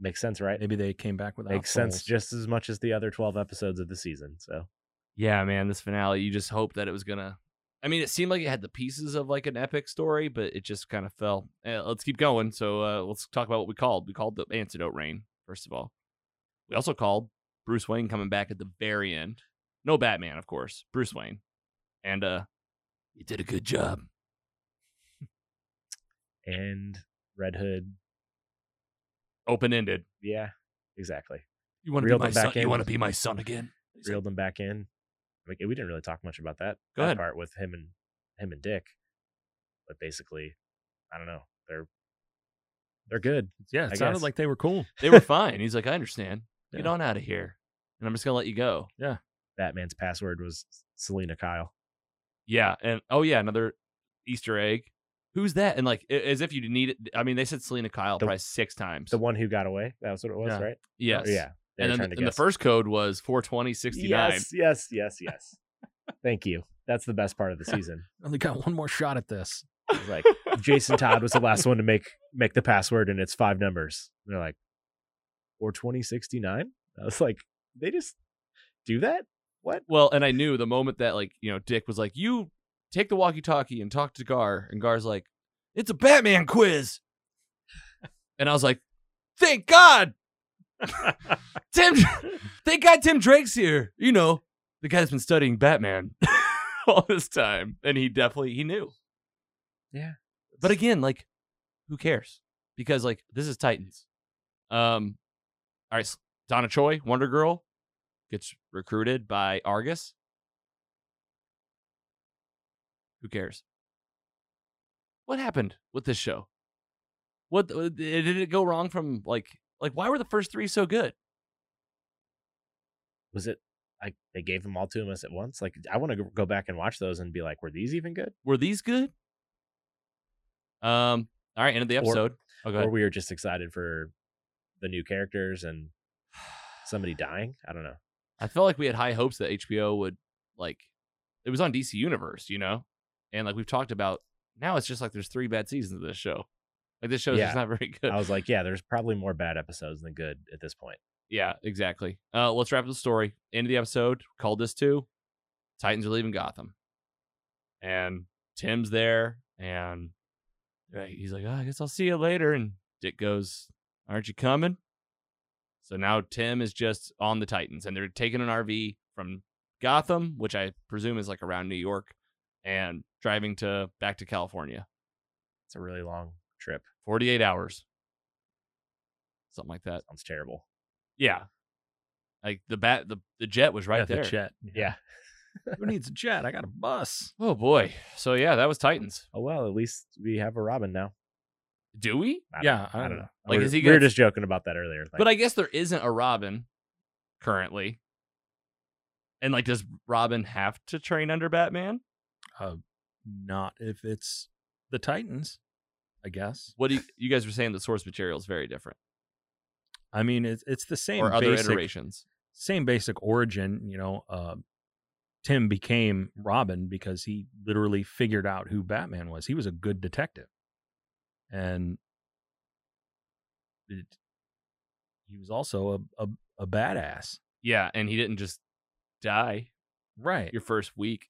Makes sense, right?
Maybe they came back without
makes sense
souls.
just as much as the other 12 episodes of the season so
Yeah, man, this finale. You just hope that it was gonna. I mean, it seemed like it had the pieces of like an epic story, but it just kind of fell. Uh, let's keep going. So uh, let's talk about what we called. We called the antidote rain first of all. We also called Bruce Wayne coming back at the very end. No Batman, of course. Bruce Wayne, and uh, you did a good job.
and red hood
Open ended.
yeah exactly
You want to be
Reeled
my
him back
son? You
in.
want to be my son again?
reeled them back in like we didn't really talk much about that,
Go
that
ahead.
part with him and him and dick but basically i don't know they're They're good.
Yeah, it
I
sounded
guess.
like they were cool.
They were fine. He's like, I understand. Get
Yeah.
on out of here, and I'm just gonna let you go.
Batman's password was Selena Kyle.
Yeah, and oh yeah, another Easter egg. Who's that? And like, a- as if you need it. I mean, they said Selena Kyle
The-
probably six times.
The one who got away. That was what it was,
Yeah.
right? Oh,
yes.
Yeah. They
And
were
then
trying to
and the
guess.
first code was 42069.
Yes, yes, yes, yes. Thank you. That's the best part of the season.
Only got one more shot at this.
It was like Jason Todd was the last one to make make the password, and it's five numbers. And they're like, or twenty sixty nine. I was like, they just do that. What?
Well, and I knew the moment that like you know Dick was like, "You take the walkie-talkie and talk to Gar," and Gar's like, "It's a Batman quiz," and I was like, "Thank God, Tim! Thank God Tim Drake's here. You know, the guy that's been studying Batman all this time, and he definitely he knew.
Yeah.
but again, like, who cares? Because like this is Titans. Um, all right, s- Donna Choi, Wonder Girl, gets recruited by Argus. Who cares? What happened with this show? What did it go wrong from like like why were the first three so good?
Was it? Like they gave them all to us at once. Like I want to go back and watch those and be like, were these even good?
Were these good? Um. All right, end of the
Or-
episode. oh, go
Or
ahead.
we were just excited for the new characters and somebody dying? I don't know.
I felt like we had high hopes that HBO would like. It was on DC Universe, you know, and like we've talked about. Now it's just like there's three bad seasons of this show. Like this show's just
Yeah.
not very good.
I was like, yeah, there's probably more bad episodes than good at this point.
Yeah, exactly. Uh, let's wrap up the story. End of the episode. Called this too. Titans are leaving Gotham, and Tim's there, and uh, he's like, oh, "I guess I'll see you later." And Dick goes, "Aren't you coming?" So now Tim is just on the Titans, and they're taking an RV from Gotham, which I presume is like around New York, and driving to back to California.
It's a really long trip.
Forty-eight hours, something like that.
Sounds terrible.
Yeah. Like the bat the, the jet was right
yeah,
there.
The jet.
Yeah.
Who needs a jet? I got a bus.
Oh boy. So yeah, that was Titans.
Oh well, at least we have a Robin now.
Do we?
I don't-
yeah, I
I
don't,
don't know.
know.
um, Like,
we
is he
we were
gonna-
just joking about that earlier. Like,
But I guess there isn't a Robin currently. And like does Robin have to train under Batman?
Not if it's the Titans, I guess.
What do you, you guys were saying the source material is very different
I mean, it's it's the same
or other
basic,
iterations.
same basic origin. You know, uh, Tim became Robin because he literally figured out who Batman was. He was a good detective, and it, he was also a, a a badass.
Yeah, and he didn't just die
Right.
your first week,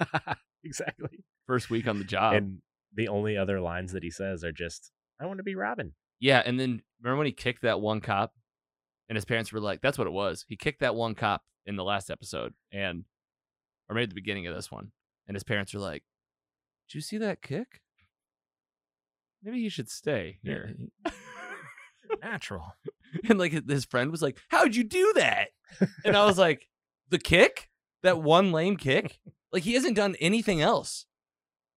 exactly.
first week on the job.
and the only other lines that he says are just, "I want to be Robin."
yeah, and then remember when he kicked that one cop and his parents were like, that's what it was. He kicked that one cop in the last episode and or maybe the beginning of this one. And his parents are like, Did you see that kick? Maybe he should stay
Yeah,
here.
Natural.
and like his- his friend was like, How'd you do that? And I was like, The kick? That one lame kick? Like he hasn't done anything else.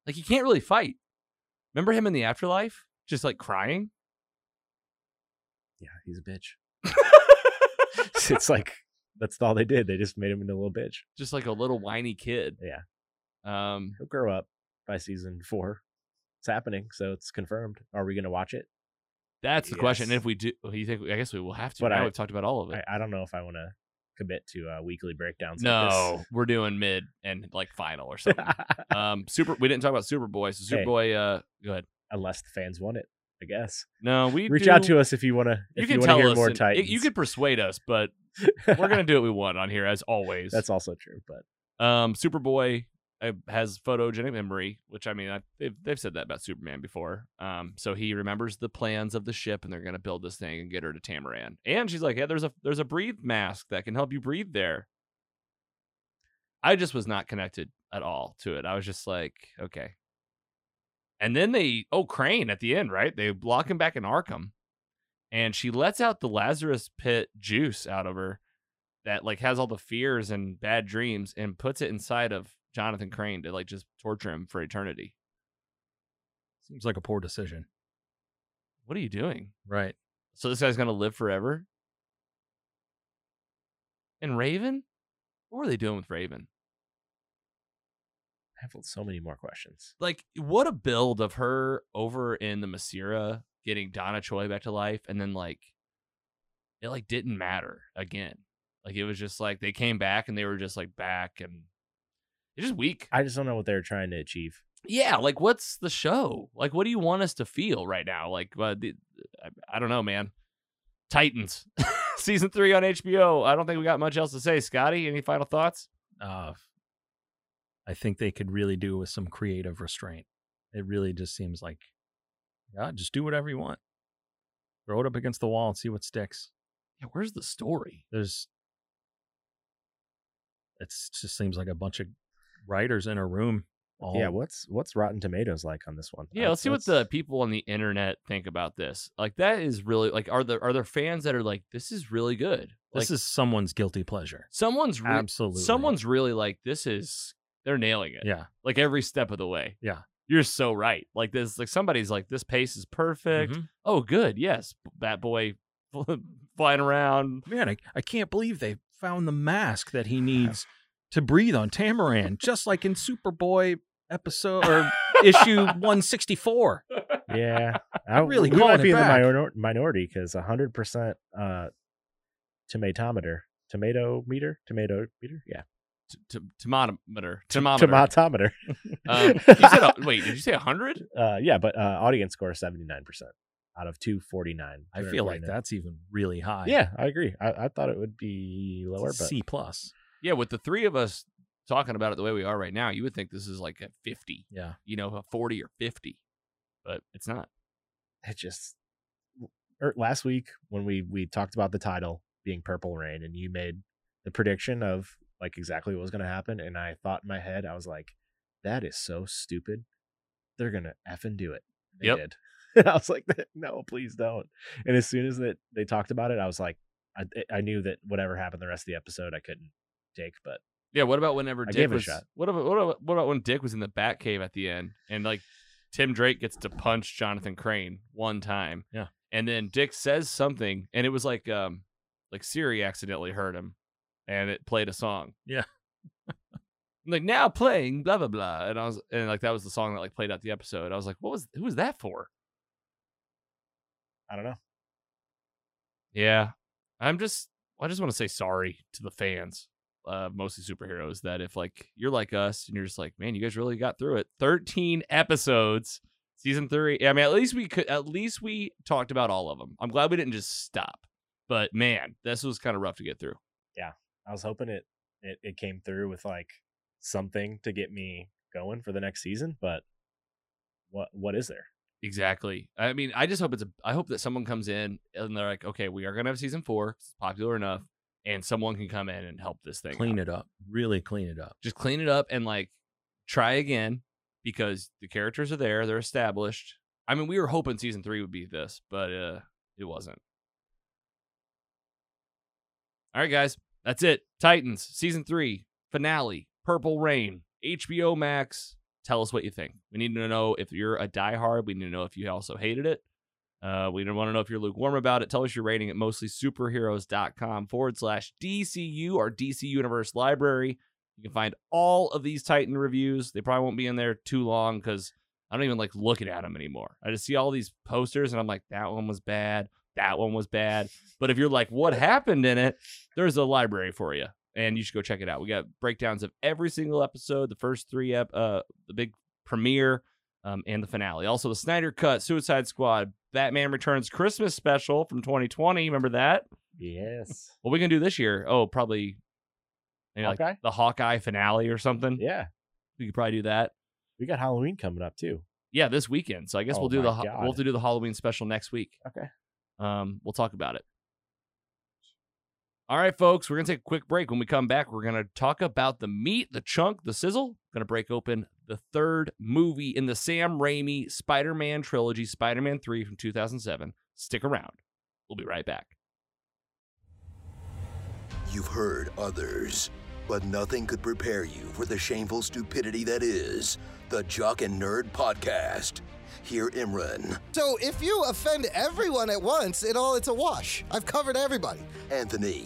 Like he can't really fight. Remember him in the afterlife? Just like crying?
Yeah, he's a bitch. it's like that's all they did. They just made him into a little bitch.
Just like a little whiny kid.
Yeah.
Um
He'll grow up by season four. It's happening, so it's confirmed. Are we going to watch it?
That's the question. And
Yes.
if we do, well, you think? I guess we will have to.
But
now
I-
we've talked about all of it.
I, I don't know if I want to commit to uh, weekly breakdowns. like this.
no, we're doing mid and like final or something. um, super. We didn't talk about Superboy. So
Hey.
Superboy. Uh, go ahead.
Unless the fans want it, I guess.
No, we
Reach out
do-
to us if you want to.
You
if
can
you want to
tell
hear
us.
more
and- it-
Titans.
you could persuade us, but we're gonna do what we want on here as always.
That's also true, but
Um, Superboy uh, has photogenic memory, which I mean, I, they've, they've said that about Superman before. Um, so he remembers the plans of the ship, and they're gonna build this thing and get her to Tamaran. And she's like, "Yeah, there's a there's a breathe mask that can help you breathe there." I just was not connected at all to it. I was just like, okay. And then they, oh, Crane at the end, right? They lock him back in Arkham, and she lets out the Lazarus Pit juice out of her that like has all the fears and bad dreams and puts it inside of Jonathan Crane to like just torture him for eternity.
Seems like a poor decision.
What are you doing?
Right.
So this guy's gonna live forever. And Raven, what were they doing with Raven?
I have so many more questions.
Like, what a build of her over in the Masira getting Donna Choi back to life, and then like, it like didn't matter again. Like it was just like they came back and they were just like back and it's just weak.
I just don't know what they're trying to achieve.
yeah like what's the show like what do you want us to feel right now like uh, the, I, I don't know man titans season three on hbo i don't think we got much else to say scotty any final thoughts
Uh, I think they could really do with some creative restraint. It really just seems like, yeah, just do whatever you want. Throw it up against the wall and see what sticks.
yeah, where's the story
There's, it just seems like a bunch of writers in a room. All
Yeah, what's what's Rotten Tomatoes like on this one?
yeah let's see what the people on the internet think about this like that is really like are there are there fans that are like this is really good
This
like,
is someone's guilty pleasure.
someone's re-
Absolutely.
someone's really like this is they're nailing it
Yeah.
like every step of the way
Yeah.
you're so right like this like somebody's like this pace is perfect
Mhm.
oh good yes bat boy flying around
Man, I, I can't believe they found the mask that he needs to breathe on Tamaran, just like in Superboy episode or issue 164.
Yeah, I
Really
really we
calling
might
it
be in the
back.
minor- minority because hundred percent uh tomatometer, tomato meter, tomato meter. Yeah,
T- t- thermometer thermometer
tomatometer.
um, you said a, wait did you say 100
uh, yeah, but uh, audience score seventy nine percent out of two forty nine.
I feel like that's even really high.
Yeah, I agree. I, I thought it would be
It's a
lower, but
C plus.
yeah with the three of us talking about it the way we are right now you would think this is like a 50
Yeah.
you know a 40 or 50 but it's not
it just er, last week when we we talked about the title being purple rain and you made the prediction of like exactly what was going to happen and i thought in my head i was like that is so stupid they're gonna effing do it they
Yep.
did and i was like no please don't and as soon as that they talked about it i was like I, I knew that whatever happened the rest of the episode i couldn't take but
yeah what about whenever
I
dick
gave it a
was
shot.
What, about, what about what about when dick was in the bat cave at the end and like tim drake gets to punch jonathan crane one time
Yeah.
and then dick says something and it was like um like siri accidentally heard him and it played a song
Yeah.
like now playing blah blah blah and i was and like that was the song that like played out the episode i was like what was who was that for
i don't know
Yeah. I'm just I just want to say sorry to the fans, uh, mostly superheroes, that if like you're like us and you're just like, man, you guys really got through it. 13 episodes, season three. I mean, at least we could at least we talked about all of them. I'm glad we didn't just stop. But man, this was kind of rough to get through.
i was hoping it, it it came through with like something to get me going for the next season but what what is there
Exactly. I mean, I just hope it's a I hope that someone comes in and they're like, okay, we are gonna have season four, 'cause it's popular enough, and someone can come in and help this thing. out.
Clean it up. Really clean it up.
just clean it up and like try again because the characters are there they're established i mean we were hoping season three would be this but uh it wasn't all right guys that's it titans season three finale purple rain hbo max tell us what you think we need to know if you're a diehard we need to know if you also hated it uh, we want to know if you're lukewarm about it. Tell us your rating at mostlysuperheroes.com forward slash DCU or DC Universe Library. You can find all of these Titan reviews. They probably won't be in there too long because I don't even like looking at them anymore. I just see all these posters and I'm like, that one was bad. That one was bad. But if you're like, what happened in it? There's a library for you, and you should go check it out. We got breakdowns of every single episode, the first three, ep- uh, the big premiere, um, and the finale. Also, the Snyder Cut, Suicide Squad, Batman Returns Christmas special from 2020. Remember that?
yes
What we gonna do this year? Oh, probably maybe like
Hawkeye?
the Hawkeye finale or something.
Yeah,
We could probably do that.
we got Halloween coming up too.
Yeah, this weekend. So I guess
Oh
we'll do
my
the ho- we'll have
God.
to do the Halloween special next week.
Okay.
Um, we'll talk about it. All right, folks, we're gonna take a quick break. When we come back, we're gonna talk about the meat, the chunk, the sizzle. Gonna break open the third movie in the Sam Raimi Spider-Man trilogy, Spider-Man 3 from 2007. Stick around. We'll be right back.
You've heard others. But nothing could prepare you for the shameful stupidity that is the Jock and Nerd Podcast. Hear Imran,
So if you offend everyone at once, it all it's a wash. I've covered everybody.
Anthony,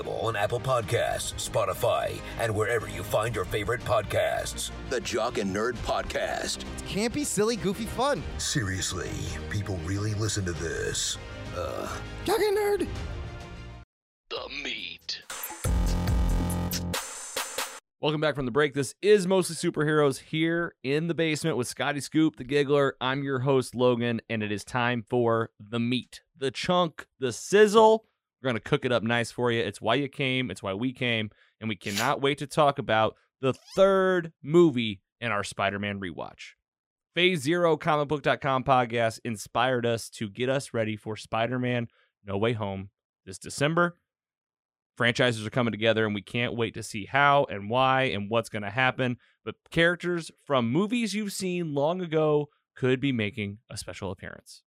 on Apple Podcasts, Spotify, and wherever you find your favorite podcasts. The Jock and Nerd Podcast.
Can't be silly, goofy fun.
Seriously, people really listen to this. Uh,
Jogging nerd.
The meat.
Welcome back from the break. This is mostly superheroes here in the basement with Scotty Scoop, the Giggler. I'm your host, Logan, and it is time for the meat, the chunk, the sizzle. We're going to cook it up nice for you. It's why you came, it's why we came, and we cannot wait to talk about the third movie in our Spider Man rewatch. Phase Zero comicbook.com podcast inspired us to get us ready for Spider Man No Way Home this December franchises are coming together and we can't wait to see how and why and what's going to happen but characters from movies you've seen long ago could be making a special appearance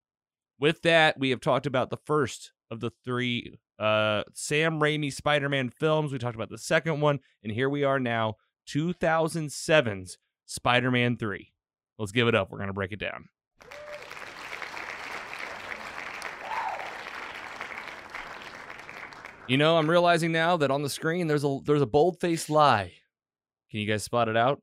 with that we have talked about the first of the three uh, sam raimi spider-man films we talked about the second one and here we are now 2007's spider-man 3 let's give it up we're going to break it down You know, I'm realizing now that on the screen there's a there's a bold-faced lie. Can you guys spot it out?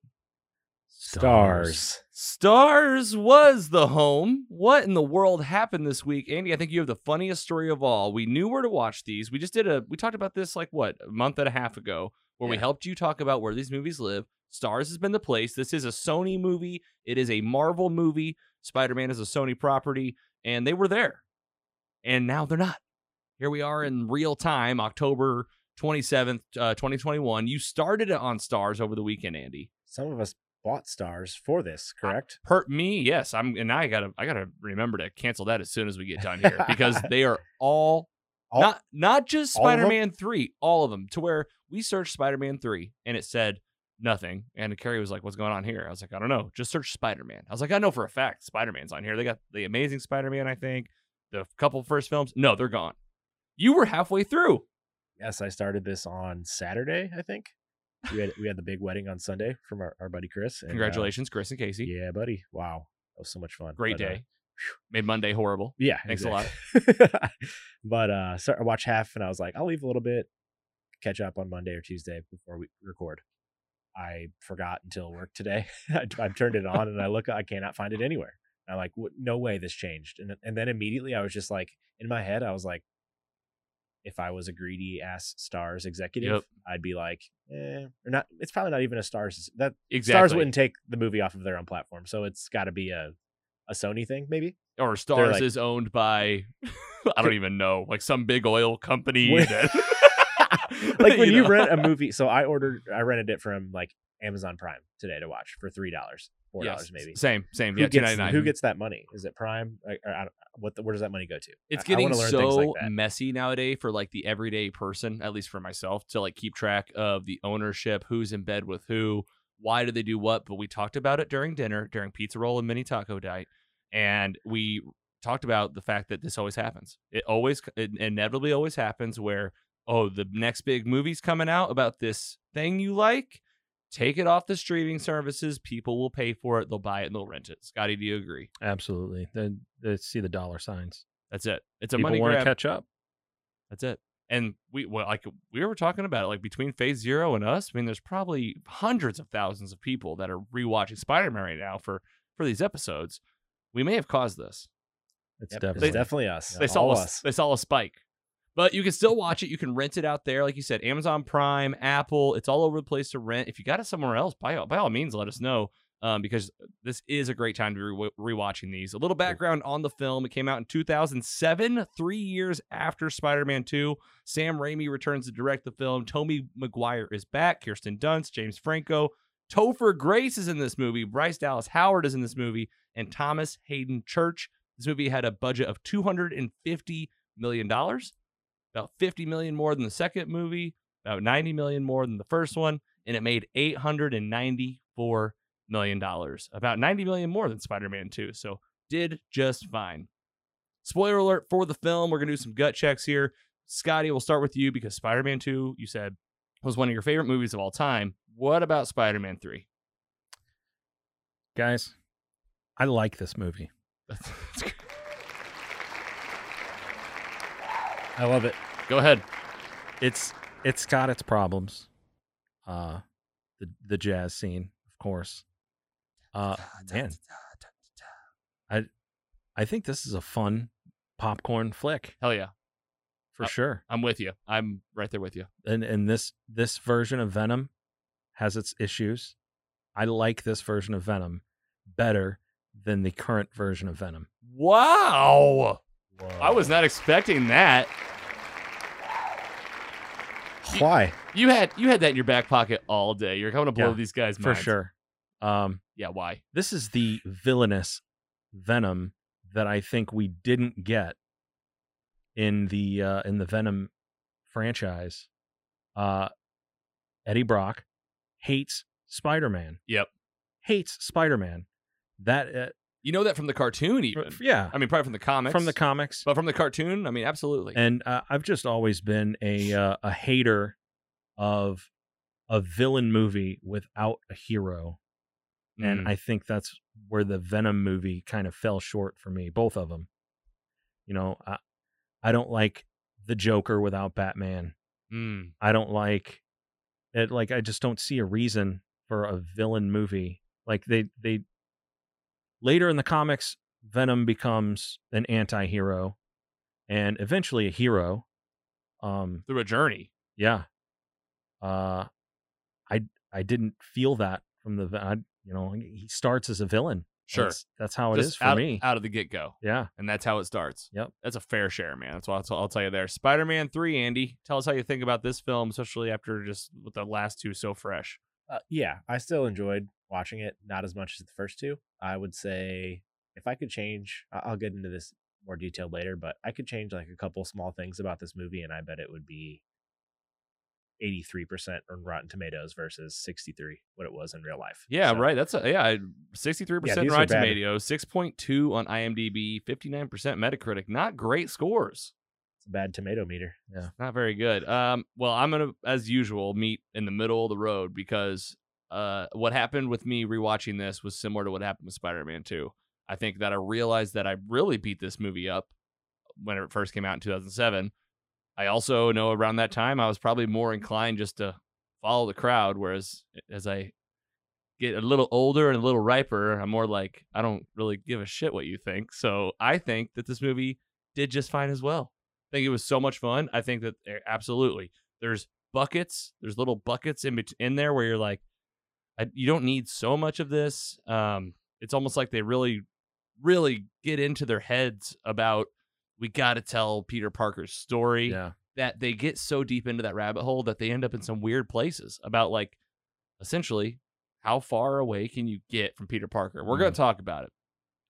Stars.
Stars was the home. What in the world happened this week? Andy, I think you have the funniest story of all. We knew where to watch these. We just did a we talked about this like what, a month and a half ago, where we helped you talk about where these movies live. Stars has been the place. This is a Sony movie. It is a Marvel movie. Spider-Man is a Sony property, and they were there. And now they're not. Here we are in real time, October 27th, uh, 2021. You started it on Stars over the weekend, Andy
Some of us bought stars for this, correct?
hurt me yes i'm and i gotta i gotta remember to cancel that as soon as we get done here because they are all,
All-
not not just
all of 'em?
spider-man 3 all of them to where we searched spider-man 3 and it said nothing and carrie was like what's going on here i was like i don't know just search spider-man i was like i know for a fact spider-man's on here they got the amazing spider-man i think the couple first films no they're gone you were halfway through
Yes, I started this on Saturday, I think. We had we had the big wedding on Sunday from our, our buddy Chris. and, uh,
congratulations chris and casey
yeah, buddy. Wow. That was so much fun.
great
But, uh,
day made monday horrible
Yeah.
Thanks a lot.
lot. but uh so I watched half and I was like, I'll leave a little bit, catch up on Monday or Tuesday before we record. I forgot until work today. I, I turned it on and I look, I cannot find it anywhere. And I'm like, "What- no way this changed. And, and then immediately I was just like, in my head, I was like, if I was a greedy ass stars executive,
Yep.
I'd be like, eh, or not. It's probably not even a stars. That
exactly
stars wouldn't take the movie off of their own platform. So it's got to be a, a Sony thing, maybe.
or Stars
like-
is owned by I don't even know, like some big oil company.
Wh-
that-
like when you,
know?
rent a movie. So I ordered, I rented it from like Amazon Prime today to watch for three dollars, four dollars
Yes,
maybe.
Same, same.
Who
yeah, two ninety
gets,
nine.
who gets that money? Is it Prime? Like, Or, I don't, what the, where does that money go to?
It's
I- I
getting
wanna learn things
so
like that.
messy nowadays for like the everyday person, at least for myself, to like keep track of the ownership, who's in bed with who, why do they do what. But we talked about it during dinner, during pizza roll and mini taco diet, and we talked about the fact that this always happens. It always, it inevitably, always happens where oh, the next big movie's coming out about this thing you like. Take it off the streaming services. People will pay for it. They'll buy it and they'll rent it. Scotty, do you agree?
Absolutely. Then they see the dollar signs.
That's it. It's a
People
money
want
grab.
to catch up.
That's it. And we well, like we were talking about it, like between Phase Zero and us. I mean, there's probably hundreds of thousands of people that are rewatching Spider-Man right now for for these episodes. We may have caused this.
It's
Yep,
definitely
it's definitely us.
They saw
all
us. They saw a spike. But you can still watch it. You can rent it out there, like you said, Amazon Prime, Apple. It's all over the place to rent. If you got it somewhere else, by all, by all means, let us know. um, because this is a great time to be re- rewatching these. A little background on the film: it came out in 2007, three years after Spider-Man 2. Sam Raimi returns to direct the film. Tommy McGuire is back. Kirsten Dunst, James Franco, Topher Grace is in this movie. Bryce Dallas Howard is in this movie, and Thomas Hayden Church. This movie had a budget of 250 million dollars, about 50 million more than the second movie, about 90 million more than the first one, and it made 894 million dollars, about 90 million more than Spider-Man 2. So did just fine. Spoiler alert for the film. We're gonna do some gut checks here. Scotty, we'll start with you because Spider-Man 2, you said, was one of your favorite movies of all time. What about Spider-Man 3?
Guys, I like this movie.
I love it.
Go ahead.
It's it's got its problems. Uh the the jazz scene, of course. Uh man, I think this is a fun popcorn flick
Hell yeah.
for
Uh,
sure.
I'm with you. I'm right there with you.
and and this this version of Venom has its issues. I like this version of Venom better than the current version of Venom.
Wow. I was not expecting that.
Why?
You had you had that in your back pocket all day. You're coming to blow
Yeah,
these guys
For
minds.
sure. Um
Yeah, why?
this is the villainous Venom that I think we didn't get in the uh in the Venom franchise. Uh Eddie Brock hates Spider-Man.
Yep.
Hates Spider-Man. That uh,
You know that from the cartoon even.
yeah,
I mean probably from the comics.
from the comics.
but from the cartoon, I mean absolutely.
and uh, I've just always been a uh, a hater of a villain movie without a hero,
Mm-hmm.
and I think that's where the Venom movie kind of fell short for me. Both of them, you know, I, I don't like the Joker without Batman.
Mm.
I don't like it. Like I just don't see a reason for a villain movie. Like they they later in the comics, Venom becomes an anti-hero and eventually a hero. Um,
through a journey.
yeah. Uh, I I didn't feel that from the I, you know he starts as a villain.
Sure.
That's, that's how Oh, it is
Just
for
out,
me.
out of the get go.
yeah.
And that's how it starts.
Yep.
That's a fair share, man. That's what I'll, I'll tell you there. Spider Man 3, Andy, tell us how you think about this film, especially after just with the last two so fresh.
Uh, yeah, I still enjoyed watching it. Not as much as the first two. I would say if I could change, I- I'll get into this more detailed later, but I could change like a couple small things about this movie, and I bet it would be 83% on Rotten Tomatoes versus 63 what it was in real life.
Yeah,
So,
right. That's a, yeah, sixty three
Yeah,
percent
these are
Rotten
bad.
Tomatoes, six point two on IMDb, fifty nine percent Metacritic. Not great scores.
It's a bad tomato meter.
Not very good. Um, well, I'm gonna, as usual, meet in the middle of the road because uh, what happened with me rewatching this was similar to what happened with Spider Man Two. I think that I realized that I really beat this movie up when it first came out in 2007. I also know around that time I was probably more inclined just to follow the crowd, whereas as I get a little older and a little riper, I'm more like I don't really give a shit what you think. So I think that this movie did just fine as well. I think it was so much fun. I think that eh, absolutely there's buckets, there's little buckets in bet- in there where you're like, I, you don't need so much of this. Um, it's almost like they really, really get into their heads about we got to tell Peter Parker's story
Yeah.
that they get so deep into that rabbit hole that they end up in some weird places about like essentially how far away can you get from Peter Parker? We're going to talk about it.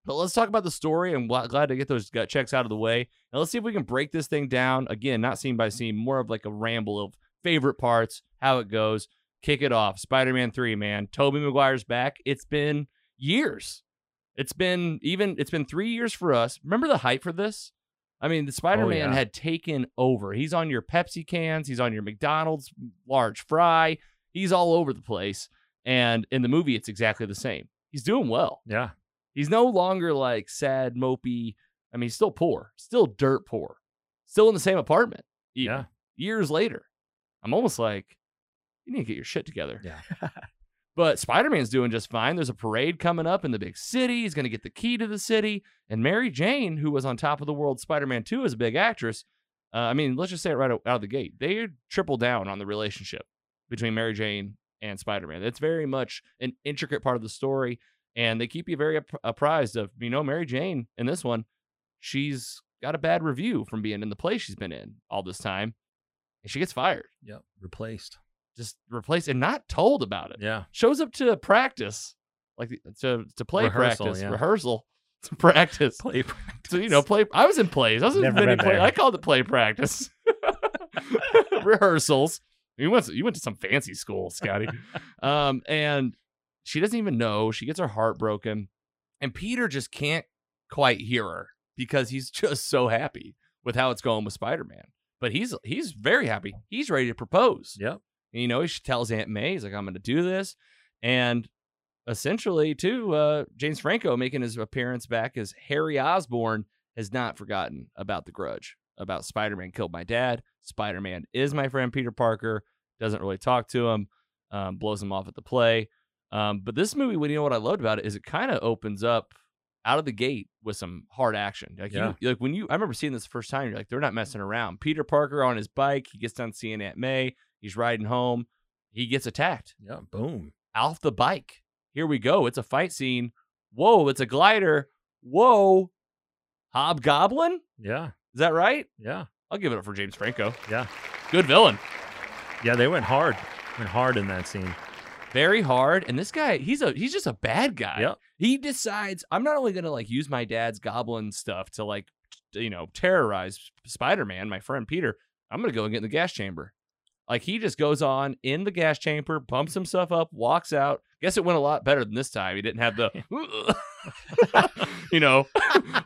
But let's talk about the story and gl- glad to get those gut checks out of the way. And let's see if we can break this thing down again, not scene by scene, more of like a ramble of favorite parts, how it goes. Kick it off. Spider-Man 3, man. Toby Maguire's back. It's been years. It's been even it's been 3 years for us. Remember the hype for this? I mean, the Spider-Man
yeah.
had taken over. He's on your Pepsi cans, he's on your McDonald's large fry. He's all over the place. And in the movie it's exactly the same. He's doing well.
Yeah.
He's no longer like sad, mopey. I mean, he's still poor, still dirt poor, still in the same apartment. even
Yeah.
Years later, I'm almost like, you need to get your shit together.
Yeah.
but Spider Man's doing just fine. There's a parade coming up in the big city. He's going to get the key to the city. And Mary Jane, who was on top of the world Spider Man 2 as a big actress, uh, I mean, let's just say it right out out of the gate. They triple down on the relationship between Mary Jane and Spider Man. It's very much an intricate part of the story, and they keep you very app- apprised of, you know, Mary Jane in this one, she's got a bad review from being in the play she's been in all this time, and she gets fired,
Yep. Replaced.
just replaced, and not told about it.
Yeah.
Shows up to practice, like to to play
Rehearsal,
practice,
yeah.
rehearsal, to practice.
Play practice.
So you know, play. I was in plays. I was in
Never
many
been
play.
there.
I called it play practice, rehearsals. You went. You went to some fancy school, Scotty. um, and she doesn't even know. She gets her heart broken, and Peter just can't quite hear her because he's just so happy with how it's going with Spider Man. But he's he's very happy. He's ready to propose.
Yep.
And, you know, she tells Aunt May, he's like, I'm going to do this. And essentially, too, uh, James Franco making his appearance back as Harry Osborne has not forgotten about the grudge, about Spider Man killed my dad. Spider Man is my friend Peter Parker, doesn't really talk to him, um, blows him off at the play. Um, but this movie, well, you know what I loved about it is it kind of opens up out of the gate with some hard action. Like,
Yeah.
you, like when you, I remember seeing this the first time, you're like, they're not messing around. Peter Parker on his bike, he gets done seeing Aunt May, he's riding home, he gets attacked
Yeah. Boom.
off the bike. Here we go. It's a fight scene. Whoa, it's a glider. Whoa, hobgoblin.
Yeah.
Is that right?
Yeah.
I'll give it up for James Franco.
Yeah.
Good villain.
Yeah. They went hard. Went hard in that scene.
Very hard. And this guy, he's a he's just a bad guy.
Yep.
He decides I'm not only gonna like use my dad's goblin stuff to like t- you know terrorize Spider-Man, my friend Peter. I'm gonna go and get in the gas chamber. Like he just goes on in the gas chamber, pumps himself up, walks out. Guess it went a lot better than this time. He didn't have the you know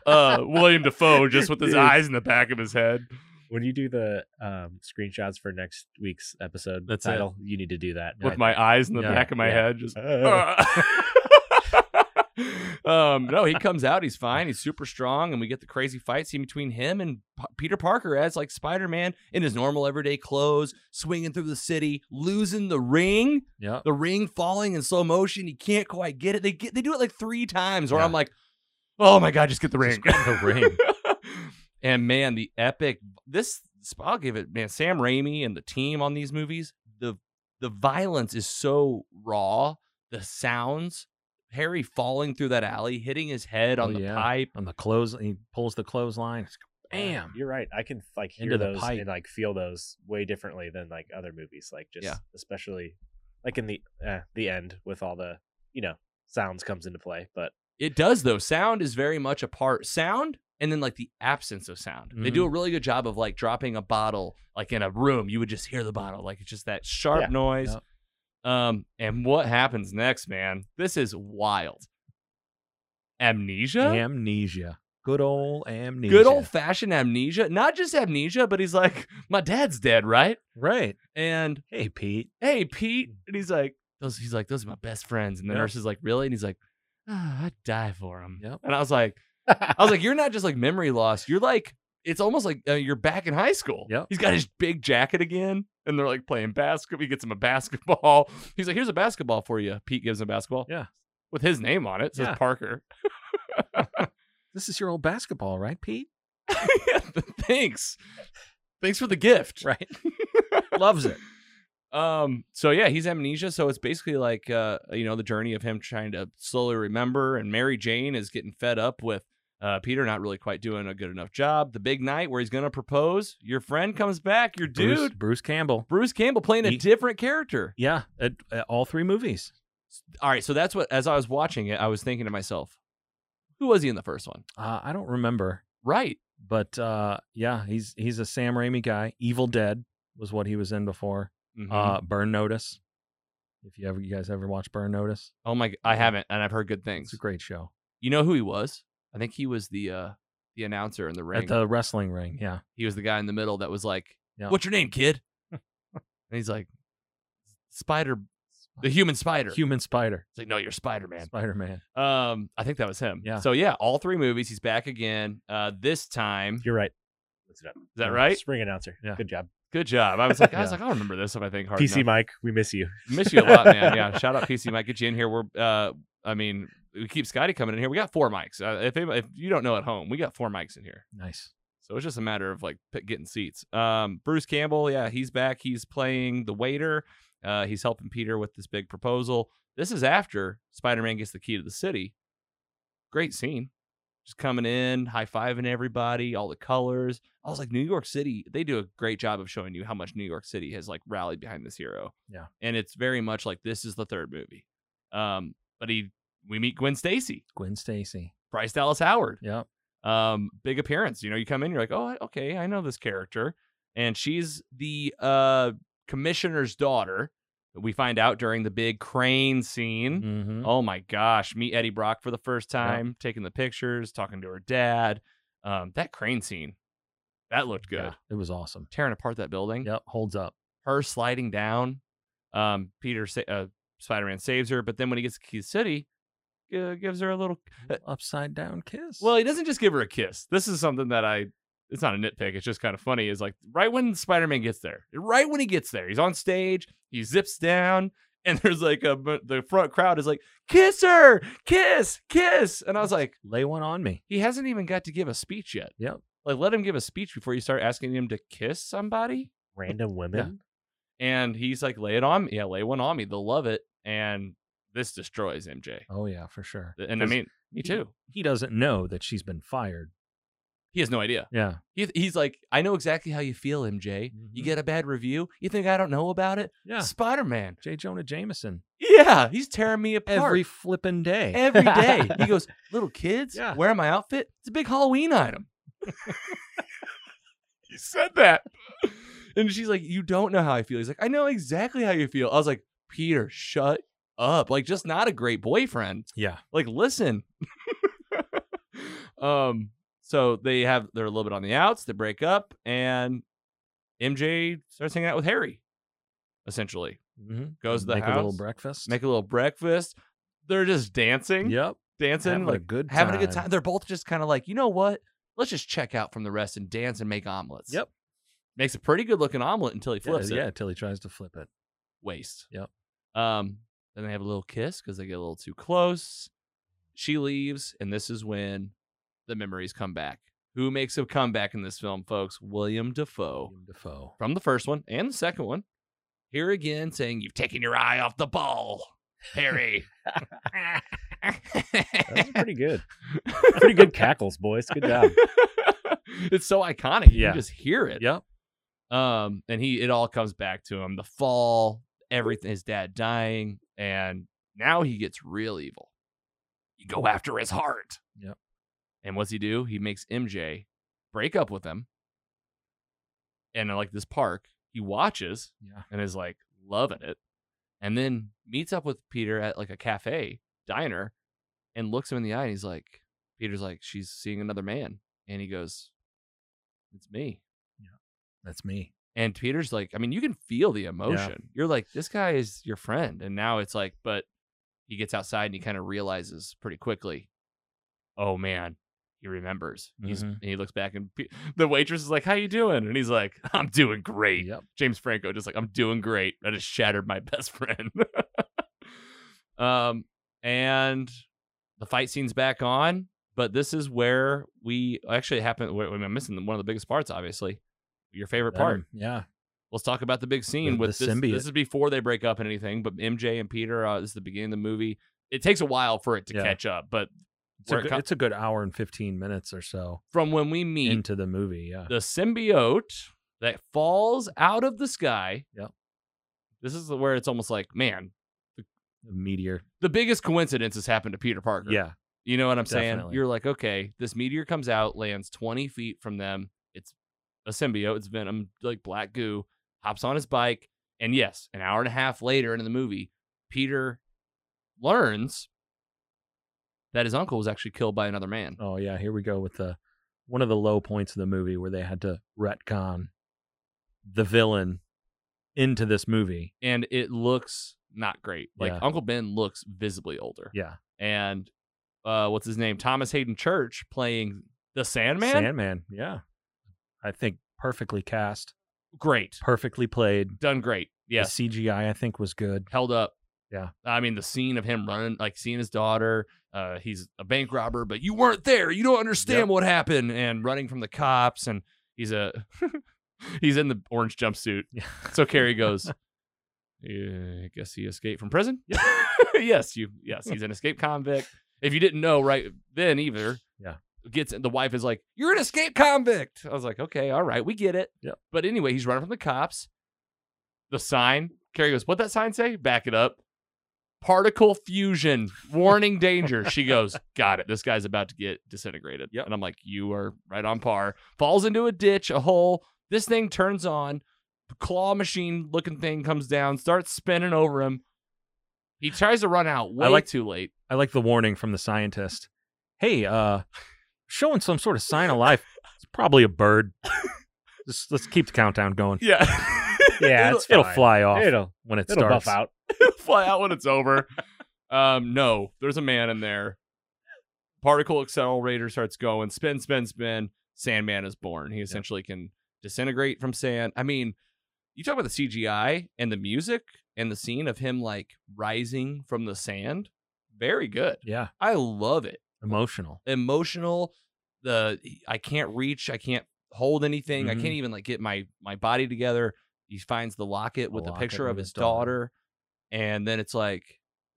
uh William Defoe just with his
Dude.
eyes in the back of his head.
When you do the um, screenshots for next week's episode
That's it.
title, you need to do that.
with my eyes in the
Yeah,
back of my
yeah.
head just
Uh,
Uh. um no he comes out he's fine he's super strong and we get the crazy fight scene between him and P- peter parker as like spider-man in his normal everyday clothes swinging through the city losing the ring
Yep.
the ring falling in slow motion he can't quite get it they get they do it like three times where
Yeah.
i'm like oh my god just get the ring
grab the ring.
and man the epic this i'll give it man sam raimi and the team on these movies the the violence is so raw the sounds harry falling through that alley hitting his head on
Oh,
the
yeah.
pipe
On the clothes, he pulls the clothesline. It's
Bam. You're right. I can like hear
Into the
those
pipe.
and like feel those way differently than like other movies. Like just
Yeah.
especially like in the uh, the end with all the you know sounds comes into play. But
it does though sound is very much a part sound and then like the absence of sound they do a really good job of like dropping a bottle like in a room you would just hear the bottle like it's just that sharp
Yeah.
noise um and what happens next man this is wild amnesia
Amnesia. Good old amnesia.
good old-fashioned amnesia not just amnesia but he's like my dad's dead right
Right.
and
Hey, Pete.
hey Pete, and he's like, Mm. those he's like, those are my best friends, and the
Yeah.
nurse is like, really, and he's like, ah, I'd die for him.
Yep.
And I was like, I was like, you're not just like memory loss, you're like, it's almost like uh, you're back in high school.
Yep.
He's got his big jacket again, and they're like playing basketball. He gets him a basketball. He's like, here's a basketball for you. Pete gives him a basketball.
Yeah.
With his name on it, It says
Yeah.
Parker.
This is your old basketball, right, Pete?
Thanks. Thanks for the gift.
Right. Loves it.
Um. So yeah, he's amnesia. So it's basically like uh, you know, the journey of him trying to slowly remember, and Mary Jane is getting fed up with uh, Peter not really quite doing a good enough job. The big night where he's gonna propose, your friend comes back, your dude,
Bruce,
Bruce,
Bruce Campbell.
Campbell playing a
He-
different character.
Yeah. At, at all three movies.
All right. So that's what. As I was watching it, I was thinking to myself, who was he in the first one?
Uh, I don't remember,
Right.
but uh, yeah, he's he's a Sam Raimi guy. Evil Dead was what he was in before.
Mhm.
Uh, Burn Notice. If you ever you guys ever watch Burn Notice,
oh my. g- I haven't, and I've heard good things.
it's a great show.
You know who he was? I think he was the uh the announcer in the ring.
At the wrestling ring, yeah.
he was the guy in the middle that was like,
Yeah.
"What's your name, kid?" and he's like, "Spider, the human spider."
Human Spider.
He's like, "No, you're Spider Man."
Spider Man.
Um, I think that was him.
Yeah.
So yeah, all three movies, he's back again. Uh, this time, is
you're right. Looks it up. Is
that right?
Spring announcer.
Yeah.
Good job.
Good job. I was like, I was
Yeah.
like, I'll remember this if I think hard.
PC
enough.
Mike, we miss you.
miss you a lot, man. Yeah, shout out PC Mike. Get you in here. We're, uh, I mean, we keep Scotty coming in here. We got four mics. Uh, if anybody- if you don't know at home, we got four mics in here.
Nice.
So it's just a matter of like p- getting seats. Um, Bruce Campbell, yeah, he's back. He's playing the waiter. Uh, he's helping Peter with this big proposal. This is after Spider Man gets the key to the city. Great scene. Just coming in, high fiving everybody, all the colors. I was like, New York City, they do a great job of showing you how much New York City has like rallied behind this hero.
Yeah.
And it's very much like this is the third movie. Um, but he we meet Gwen Stacy,
Gwen Stacy.
Bryce Dallas Howard
Yep.
um big appearance you know you come in you're like oh I- okay i know this character and she's the uh commissioner's daughter that we find out during the big crane scene
Mm-hmm.
oh my gosh meet eddie brock for the first time taking the pictures talking to her dad um that crane scene that looked good Hmm?
it was awesome.
tearing apart that building
Yep. Holds up.
her sliding down um peter sa- uh, spider-man saves her but then when he gets to key city uh, gives her a little
Upside down kiss.
well, he doesn't just give her a kiss. This is something that I. It's not a nitpick. It's just kind of funny. Is like right when Spider Man gets there, right when he gets there, he's on stage. He zips down, and there's like a but the front crowd is like, "Kiss her, kiss, kiss," and I was like,
lay one on me.
"He hasn't even got to give a speech yet."
Yep.
Like, let him give a speech before you start asking him to kiss somebody.
Random women.
And he's like, "Lay it on me, yeah, lay one on me. They'll love it." And this destroys MJ.
Oh yeah, for sure.
And I
'Cause
mean, me too.
he doesn't know that she's been fired.
He has no idea.
Yeah.
He, he's like, I know exactly how you feel, MJ. You
Mhm.
get a bad review. You think I don't know about it?
Yeah.
Spider Man.
J. Jonah Jameson.
Yeah, he's tearing me apart
Every flipping day.
Every day. He goes, little kids,
Yeah.
wear my outfit. It's a big Halloween item. he said that, and she's like, you don't know how I feel. He's like, I know exactly how you feel. I was like, Peter, shut up. Like, just not a great boyfriend
Yeah.
like listen um so they have they're a little bit on the outs they break up and mj starts hanging out with harry essentially
Mm-hmm.
goes to the
Make
house
a little breakfast.
make a little breakfast they're just dancing
Yep.
dancing
Having
like
a good
having a good
time.
time they're both just kind of like you know what let's just check out from the rest and dance and make omelets
Yep.
makes a pretty good looking omelet until he flips
yeah,
it
yeah, till he tries to flip it.
waist.
Yep.
Um, then they have a little kiss because they get a little too close. She leaves, and this is when the memories come back. Who makes a comeback in this film, folks? William Defoe
Defoe.
from the first one and the second one. Here again, saying, You've taken your eye off the ball, Harry.
That's pretty good. Pretty good cackles, boys. Good job.
it's so iconic. You
Yeah.
can just hear it.
Yep.
Um, and he it all comes back to him. The fall, everything his dad dying, and now he gets real evil. You go after his heart.
Yep.
And what's he do? He makes MJ break up with him. And in, like this park, he watches
Yeah.
and is like loving it. And then meets up with Peter at like a cafe diner and looks him in the eye and he's like, Peter's like, she's seeing another man. And he goes, It's me.
That's me.
And Peter's like, I mean, you can feel the emotion. You're like, this guy is your friend. And now it's like, but he gets outside and he kind of realizes pretty quickly, oh man, he remembers. He's
Mhm.
and he looks back and Pe- the waitress is like, How you doing? And he's like, I'm doing great.
Yep.
James Franco just like, I'm doing great. I just shattered my best friend. um, and the fight scene's back on, but this is where we actually happen. wait, wait, I'm missing one of the biggest parts, obviously. Your favorite part.
Venom. Yeah.
Let's talk about the big scene
The-
with
the
this.
symbiote.
This is before they break up and anything, but MJ and Peter. Uh, this is the beginning of the movie. It takes a while for it to
Yeah.
catch up, but
It's a,
where it
good,
co-
it's a good hour and 15 minutes or so
from when we meet
into the movie. Yeah.
the symbiote that falls out of the sky.
Yep.
This is where it's almost like, man,
The meteor.
the biggest coincidence has happened to Peter Parker.
Yeah.
You know what I'm saying?
Definitely.
You're like, okay, this meteor comes out, lands 20 feet from them. It's a symbiote, it's venom, like black goo, hops on his bike. And yes, an hour and a half later into the movie, Peter learns that his uncle was actually killed by another man.
Oh yeah, here we go with the one of the low points of the movie where they had to retcon the villain into this movie.
And it looks not great. Like
Yeah.
Uncle Ben looks visibly older.
Yeah.
And uh, what's his name? Thomas Hayden Church playing the Sandman.
Sandman. Yeah. I think perfectly cast,
great.
perfectly played.
Done great. Yes.
The CGI I think was good.
held up.
Yeah.
I mean, the scene of him running, like seeing his daughter, uh, he's a bank robber, but you weren't there. You don't understand
Yep.
what happened. And running from the cops, and he's a he's in the orange jumpsuit.
Yeah.
So Carrie goes, Yeah, I guess he escaped from prison. yes, you. Yes, he's an escaped convict. If you didn't know right then either,
Yeah.
gets the wife is like, "You're an escaped convict." I was like, "Okay, all right, we get it."
Yep.
But anyway, he's running from the cops. The sign. Carrie goes, "What that sign say?" Back it up. Particle fusion warning danger. She goes, "Got it. This guy's about to get disintegrated."
Yep.
And I'm like, "You are right on par." Falls into a ditch, a hole. This thing turns on claw machine looking thing comes down, starts spinning over him. He tries to run out way
like-
too late.
I like the warning from the scientist. Hey, uh, showing some sort of sign of life. It's probably a bird. Just, let's keep the countdown going.
Yeah.
Yeah,
it'll,
it's
it'll
fine.
fly off
It'll
when it
it'll
starts.
buff out.
fly out when it's over. Um, no, there's a man in there. Particle accelerator starts going, spin, spin, spin. Sandman is born. He essentially can disintegrate from sand. I mean, you talk about the CGI and the music and the scene of him like rising from the sand. Very good.
Yeah,
I love it.
emotional.
emotional the i can't reach i can't hold anything i
Mhm.
can't even like get my my body together he finds the locket with the
locket
picture
with
of
his
his daughter.
daughter.
and then it's like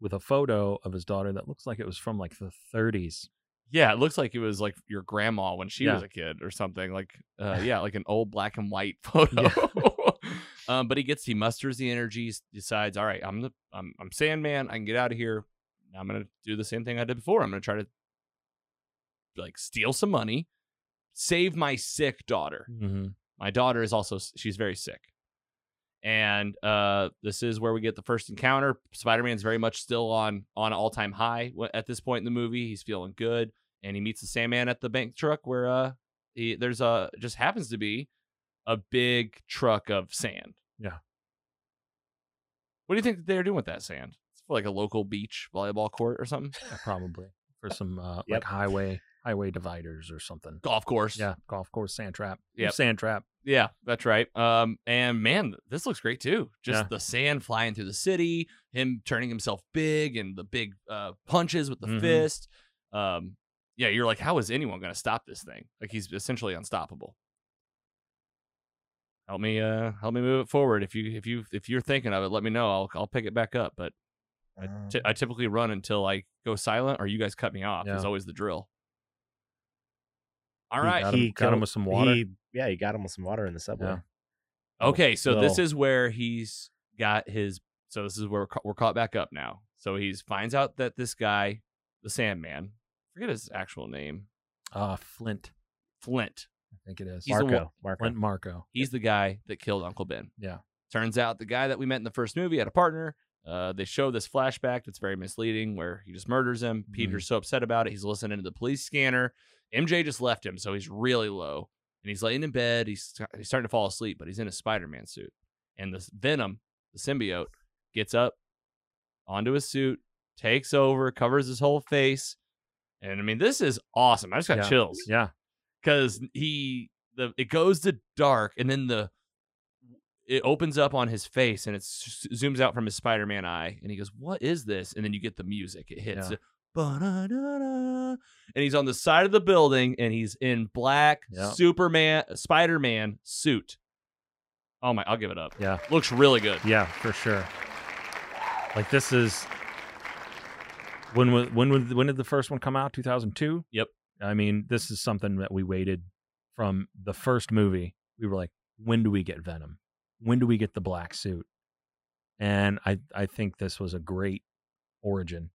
With a photo of his daughter that looks like it was from like the 30s.
yeah it looks like it was like your grandma when she
Yeah.
was a kid or something like uh yeah like an old black and white photo um but he gets he musters the energy s- decides all right i'm the i'm, I'm sandman i can get out of here i'm gonna do the same thing i did before i'm gonna try to like steal some money save my sick daughter
Mm-hmm.
my daughter is also she's very sick and uh this is where we get the first encounter spider-man's very much still on on an all-time high w- at this point in the movie he's feeling good and he meets the sandman at the bank truck where uh he, there's a just happens to be a big truck of sand
Yeah.
what do you think they're doing with that sand it's for like a local beach volleyball court or something
uh, Probably for some uh,
Yep.
like highway highway dividers or something.
golf course
Yeah, golf course sand trap.
Yep.
Sand trap.
Yeah, that's right. Um, and man, this looks great too. Just
Yeah.
the sand flying through the city, him turning himself big, and the big uh, punches with the
Mhm.
fist. Um, yeah, you're like, how is anyone going to stop this thing? Like he's essentially unstoppable. Help me, uh, help me move it forward. If you, if you, if you're thinking of it, let me know. I'll, I'll pick it back up. But I
Uh.
ty- I typically run until I go silent, or you guys cut me off. Is
Yeah.
always the drill. All
He
right.
got him,
he
got him
killed-
with some water.
He, yeah, he got him with some water in the subway.
Yeah.
Oh,
Okay, so this
little-
is where he's got his. So this is where we're, ca- we're caught back up now. So he's finds out that this guy, the Sandman, forget his actual name,
Ah, Flint,
Flint.
I think it is.
He's the one-
Marco, Marco.
Flint Marco.
He's the guy that killed Uncle Ben.
Yeah.
Turns out the guy that we met in the first movie had a partner. Uh, they show this flashback that's very misleading where he just murders him. Peter's
Mm-hmm.
so upset about it. He's listening to the police scanner. MJ just left him, so he's really low. And he's laying in bed. He's, he's starting to fall asleep, but he's in a Spider Man suit. And this Venom, the symbiote, gets up onto his suit, takes over, covers his whole face. And I mean, this is awesome. I just got
Yeah.
chills
Yeah.
because he the it goes to dark and then the it opens up on his face and it s- zooms out from his Spider-Man eye and he goes, "What is this?" And then you get the music. It hits,
Yeah.
Ba-da-da-da. and he's on the side of the building and he's in black
Yeah.
Superman Spider-Man suit. Oh my! I'll give it up.
Yeah.
looks really good.
Yeah, for sure. Like this is when wa- when was- when did the first one come out? Two thousand two.
Yep.
I mean, this is something that we waited from the first movie. We were like, when do we get Venom? When do we get the black suit? And I I think this was a great origin.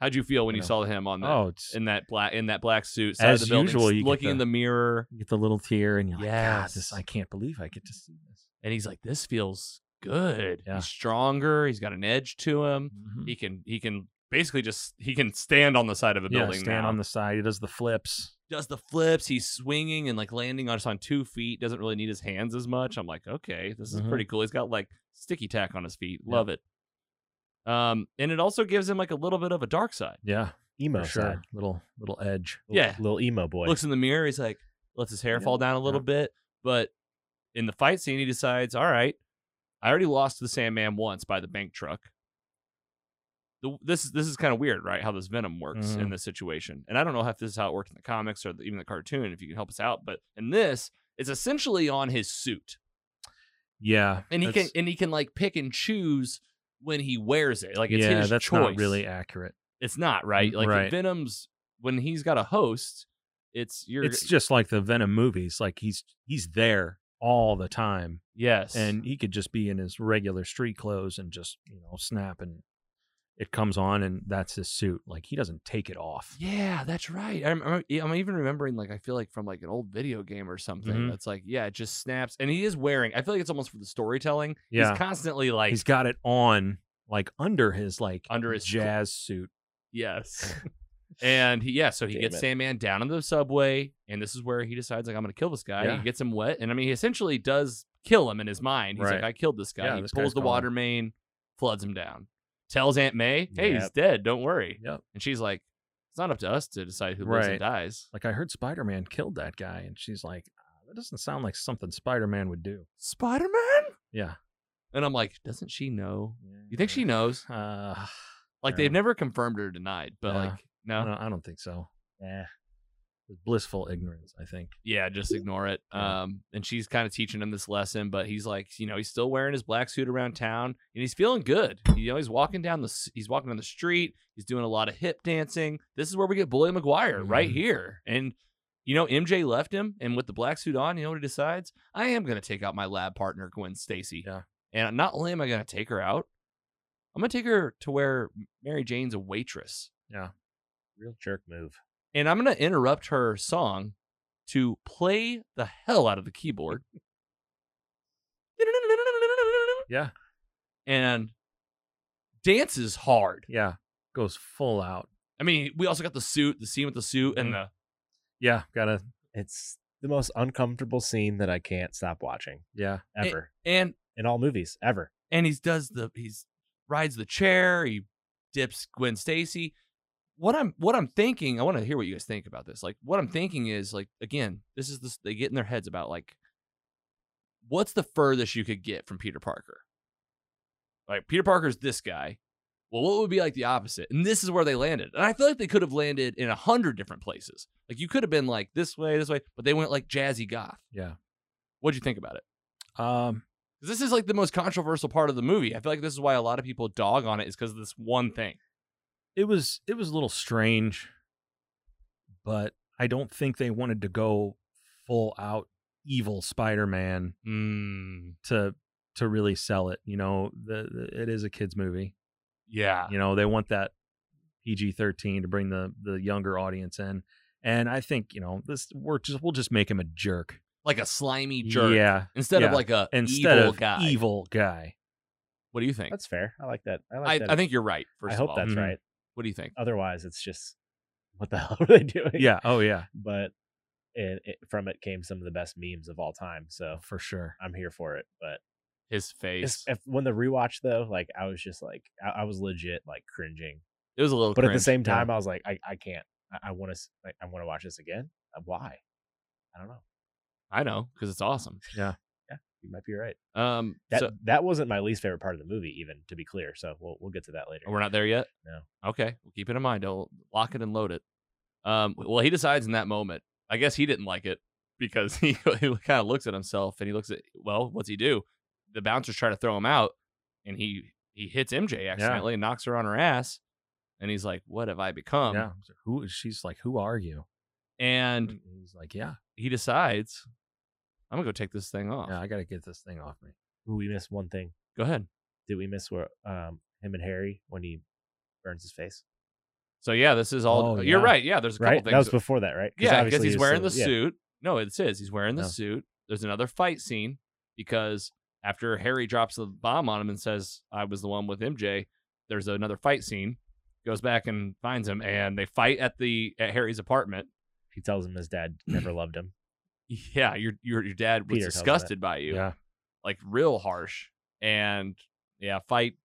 How'd you feel when you
Yeah.
saw him on that
Oh, it's
in that black in that black suit? Side
As
of the building,
usual, you get
looking in
the-
the mirror.
you get the little tear, and you're like, God,
Yes.
this I can't believe I get to see this.
and he's like, "This feels good.
Yeah.
He's stronger. He's got an edge to him.
Mhm.
He can he can basically just he can stand on the side of a
Yeah,
building
stand
now.
on the side. He does the flips.
Does the flips? He's swinging and like landing on just on two feet. Doesn't really need his hands as much. I'm like, okay, this is
Mhm.
pretty cool. He's got like sticky tack on his feet.
Yep.
Love it. Um, and it also gives him like a little bit of a dark side.
Yeah,
emo
for sure.
side.
Little little edge.
Little-
Yeah.
little emo boy.
Looks in the mirror. He's like, lets his hair fall down a little bit. But in the fight scene, he decides, all right, I already lost to the Sandman once by the bank truck. The, this is this is kind of weird, right? How this venom works in
Mhm.
this situation, and I don't know if this is how it worked in the comics or the, even the cartoon. If you can help us out, but in this, it's essentially on his suit.
Yeah,
and he
that's-
can and he can like pick and choose when he wears it. Like it's
yeah,
his
that's
choice.
not really accurate.
it's not right. Like
Right.
Venom's when he's got a host, it's your
It's just like the Venom movies. Like he's he's there all the time,
yes
and he could just be in his regular street clothes and just you know snap and it comes on and that's his suit. Like he doesn't take it off.
Yeah, that's right. I'm, I'm, e, I'm even remembering, like, I feel like from like an old video game or something.
Mhm.
That's like, yeah, it just snaps, and he is wearing. I feel like it's almost for the storytelling.
Yeah.
he's constantly like,
he's got it on like under his like
Under his cl-
jazz suit.
yes, and he, yeah, so he
Damn
gets
it.
Sandman down into the subway, and this is where he decides, like, I'm gonna kill this guy.
Yeah.
He gets him wet, and I mean, he essentially does kill him in his mind. He's like,
Right.
I killed this guy.
Yeah,
he
this
pulls
guy's
the
gone.
water main, floods him down, tells Aunt May, Hey, he's
Yep.
dead. Don't worry.
Yep.
And she's like, It's not up to us to decide who lives and
Right.
dies.
Like I heard Spider Man killed that guy, and she's like, "Uh, that doesn't sound like something Spider Man would do.
Spider Man.
Yeah.
And I'm like, doesn't she know? You think she knows?
Uh,
Like
Yeah.
they've never confirmed or denied, but
Yeah.
like no,
I, don't, I don't think so.
Yeah.
Blissful ignorance, I think.
yeah, just ignore it.
Yeah.
Um, and she's kind of teaching him this lesson, but he's like, you know, he's still wearing his black suit around town, and he's feeling good. You know, he's walking down the s- he's walking down the street. He's doing a lot of hip dancing. This is where we get Bully McGuire right
Mhm.
here, and you know, MJ left him, and with the black suit on, you know what he decides? I am going to take out my lab partner Gwen Stacy.
Yeah.
And not only am I going to take her out, I'm going to take her to where Mary Jane's a waitress.
Real jerk move.
and I'm going to interrupt her song to play the hell out of the keyboard.
Yeah.
And dances hard.
Yeah. Goes full out.
I mean, we also got the suit, the scene with the suit,
Mm-hmm.
and the
Yeah. Gotta.
It's the most uncomfortable scene that I can't stop watching
Yeah.
It-
ever
and
in all movies ever.
and he's does the he's rides the chair. He dips Gwen Stacy. What I'm what I'm thinking, I want to hear what you guys think about this. Like what I'm thinking is like again, this is this they get in their heads about like what's the furthest you could get from Peter Parker? Like Peter Parker's this guy. Well, what would be like the opposite? And this is where they landed. And I feel like they could have landed in a hundred different places. Like you could have been like this way, this way, but they went like jazzy goth.
Yeah.
What'd you think about it?
Um.
'Cause This is like the most controversial part of the movie. I feel like this is why a lot of people dog on it is because of this one thing.
It was. It was a little strange. But I don't think they wanted to go full out evil Spider Man
Mm,
to to really sell it. You know, the, the it is a kids movie.
yeah.
You know, they want that PG thirteen to bring the the younger audience in. And I think you know this. We're just we'll just make him a jerk.
Like a slimy jerk.
Yeah.
Instead of
yeah.
like a
Instead
evil
of
guy.
evil guy.
What do you think?
That's fair. I like that. I like
I,
that.
I think you're right, first
I
of
hope
all. mm-hmm.
that's
Mhm.
right.
What do you think?
Otherwise, it's just what the hell are they doing?
Yeah. Oh yeah.
But it, it, from it came some of the best memes of all time. So
For sure.
I'm here for it. But
His
it's,
face.
if, when the rewatch though, like I was just like I, I was legit like cringing.
it was a little
But at the
cringe.
same
yeah.
time, I was like, I, I can't. I, I want to. Like, I want to watch this again. Uh, Why? I don't know.
I know, because it's awesome.
You might be right.
Um
That
so-
that wasn't my least favorite part of the movie, even to be clear. So we'll we'll get to that later.
we're not there yet?
No.
Okay. Well, keep it in mind. Don't lock it and load it. Um well he decides in that moment. I guess he didn't like it because he, he kind of looks at himself and he looks at well, what's he do? The bouncers try to throw him out and he he hits MJ accidentally and knocks her on her ass. And he's like, What have I become?
yeah. Mm. So Who she's like? Who are you?
Um, And
he's like, yeah,
he decides, I'm gonna go take this thing off.
yeah. I gotta get this thing off me.
Ooh, we missed one thing.
Go ahead.
Did we miss where um him and Harry when he burns his face?
So yeah, this is all
Oh,
you're
yeah.
right. Yeah, there's a couple
Right.
things.
That was before that, right?
Yeah, because
obviously
he's
it's
wearing the
still- yeah.
suit. No, it says he's wearing the
No.
suit. There's another fight scene because after Harry drops the bomb on him and says, I was the one with MJ, there's another fight scene. Goes back and finds him, and they fight at the at Harry's apartment.
He tells him his dad never loved him.
Yeah, your your your dad was
Peter tells him that.
disgusted by you,
Yeah.
like real harsh, and yeah, fight,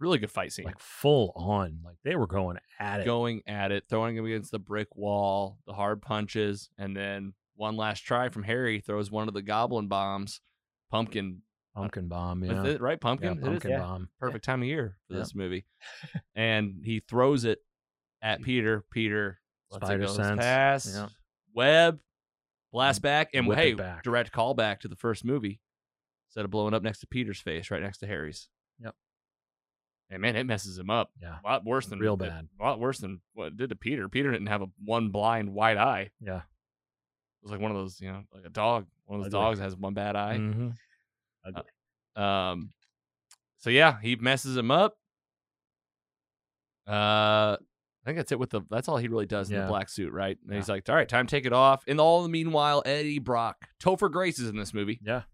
really good fight scene.
Like full on. Like they were going at it.
going at it, throwing him against the brick wall, the hard punches, and then one last try from Harry throws one of the goblin bombs, pumpkin,
Pumpkin bomb.
is
Yeah.
it right?
Yeah,
Pumpkin, It is
pumpkin
Yeah.
bomb.
perfect time of year for
Yeah.
this movie, and he throws it at Peter. Peter lets
Spider
it go
sense.
past
Yeah.
web, blast back, and
Whip it
hey,
back.
direct callback to the first movie. instead of blowing up next to Peter's face, right next to Harry's.
Yep.
And man, it messes him up.
Yeah.
A lot worse than
Real
it-
bad.
A lot worse than what it did to Peter. Peter didn't have a one blind wide eye.
Yeah.
It was like one of those, you know, like a dog. One of those
Ugly.
dogs that has one bad eye.
Mm-hmm. Mm.
Um, so yeah, he messes him up. Uh, I think that's it with the. That's all he really does in
Yeah.
the black suit, right? And
Yeah.
he's like, "All right, time to take it off." In all the meanwhile, Eddie Brock, Topher Grace is in this movie.
Yeah.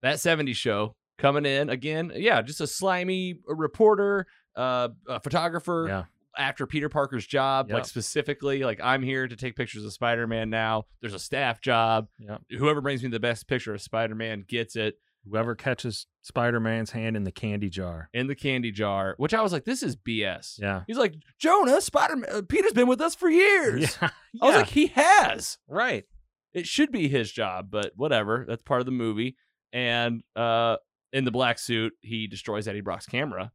that '70s show coming in again. Yeah, just a slimy reporter, uh, a photographer
Yeah.
after Peter Parker's job,
Yep.
like specifically, like I'm here to take pictures of Spider-Man now. There's a staff job.
Yep.
Whoever brings me the best picture of Spider-Man gets it
Whoever catches Spider Man's hand in the candy jar.
in the candy jar, which I was like, this is BS.
Yeah.
He's like, Jonah, Spider Man, Peter's been with us for years.
Yeah.
I was like, he has.
right.
It should be his job, but whatever. That's part of the movie. And uh, in the black suit, he destroys Eddie Brock's camera,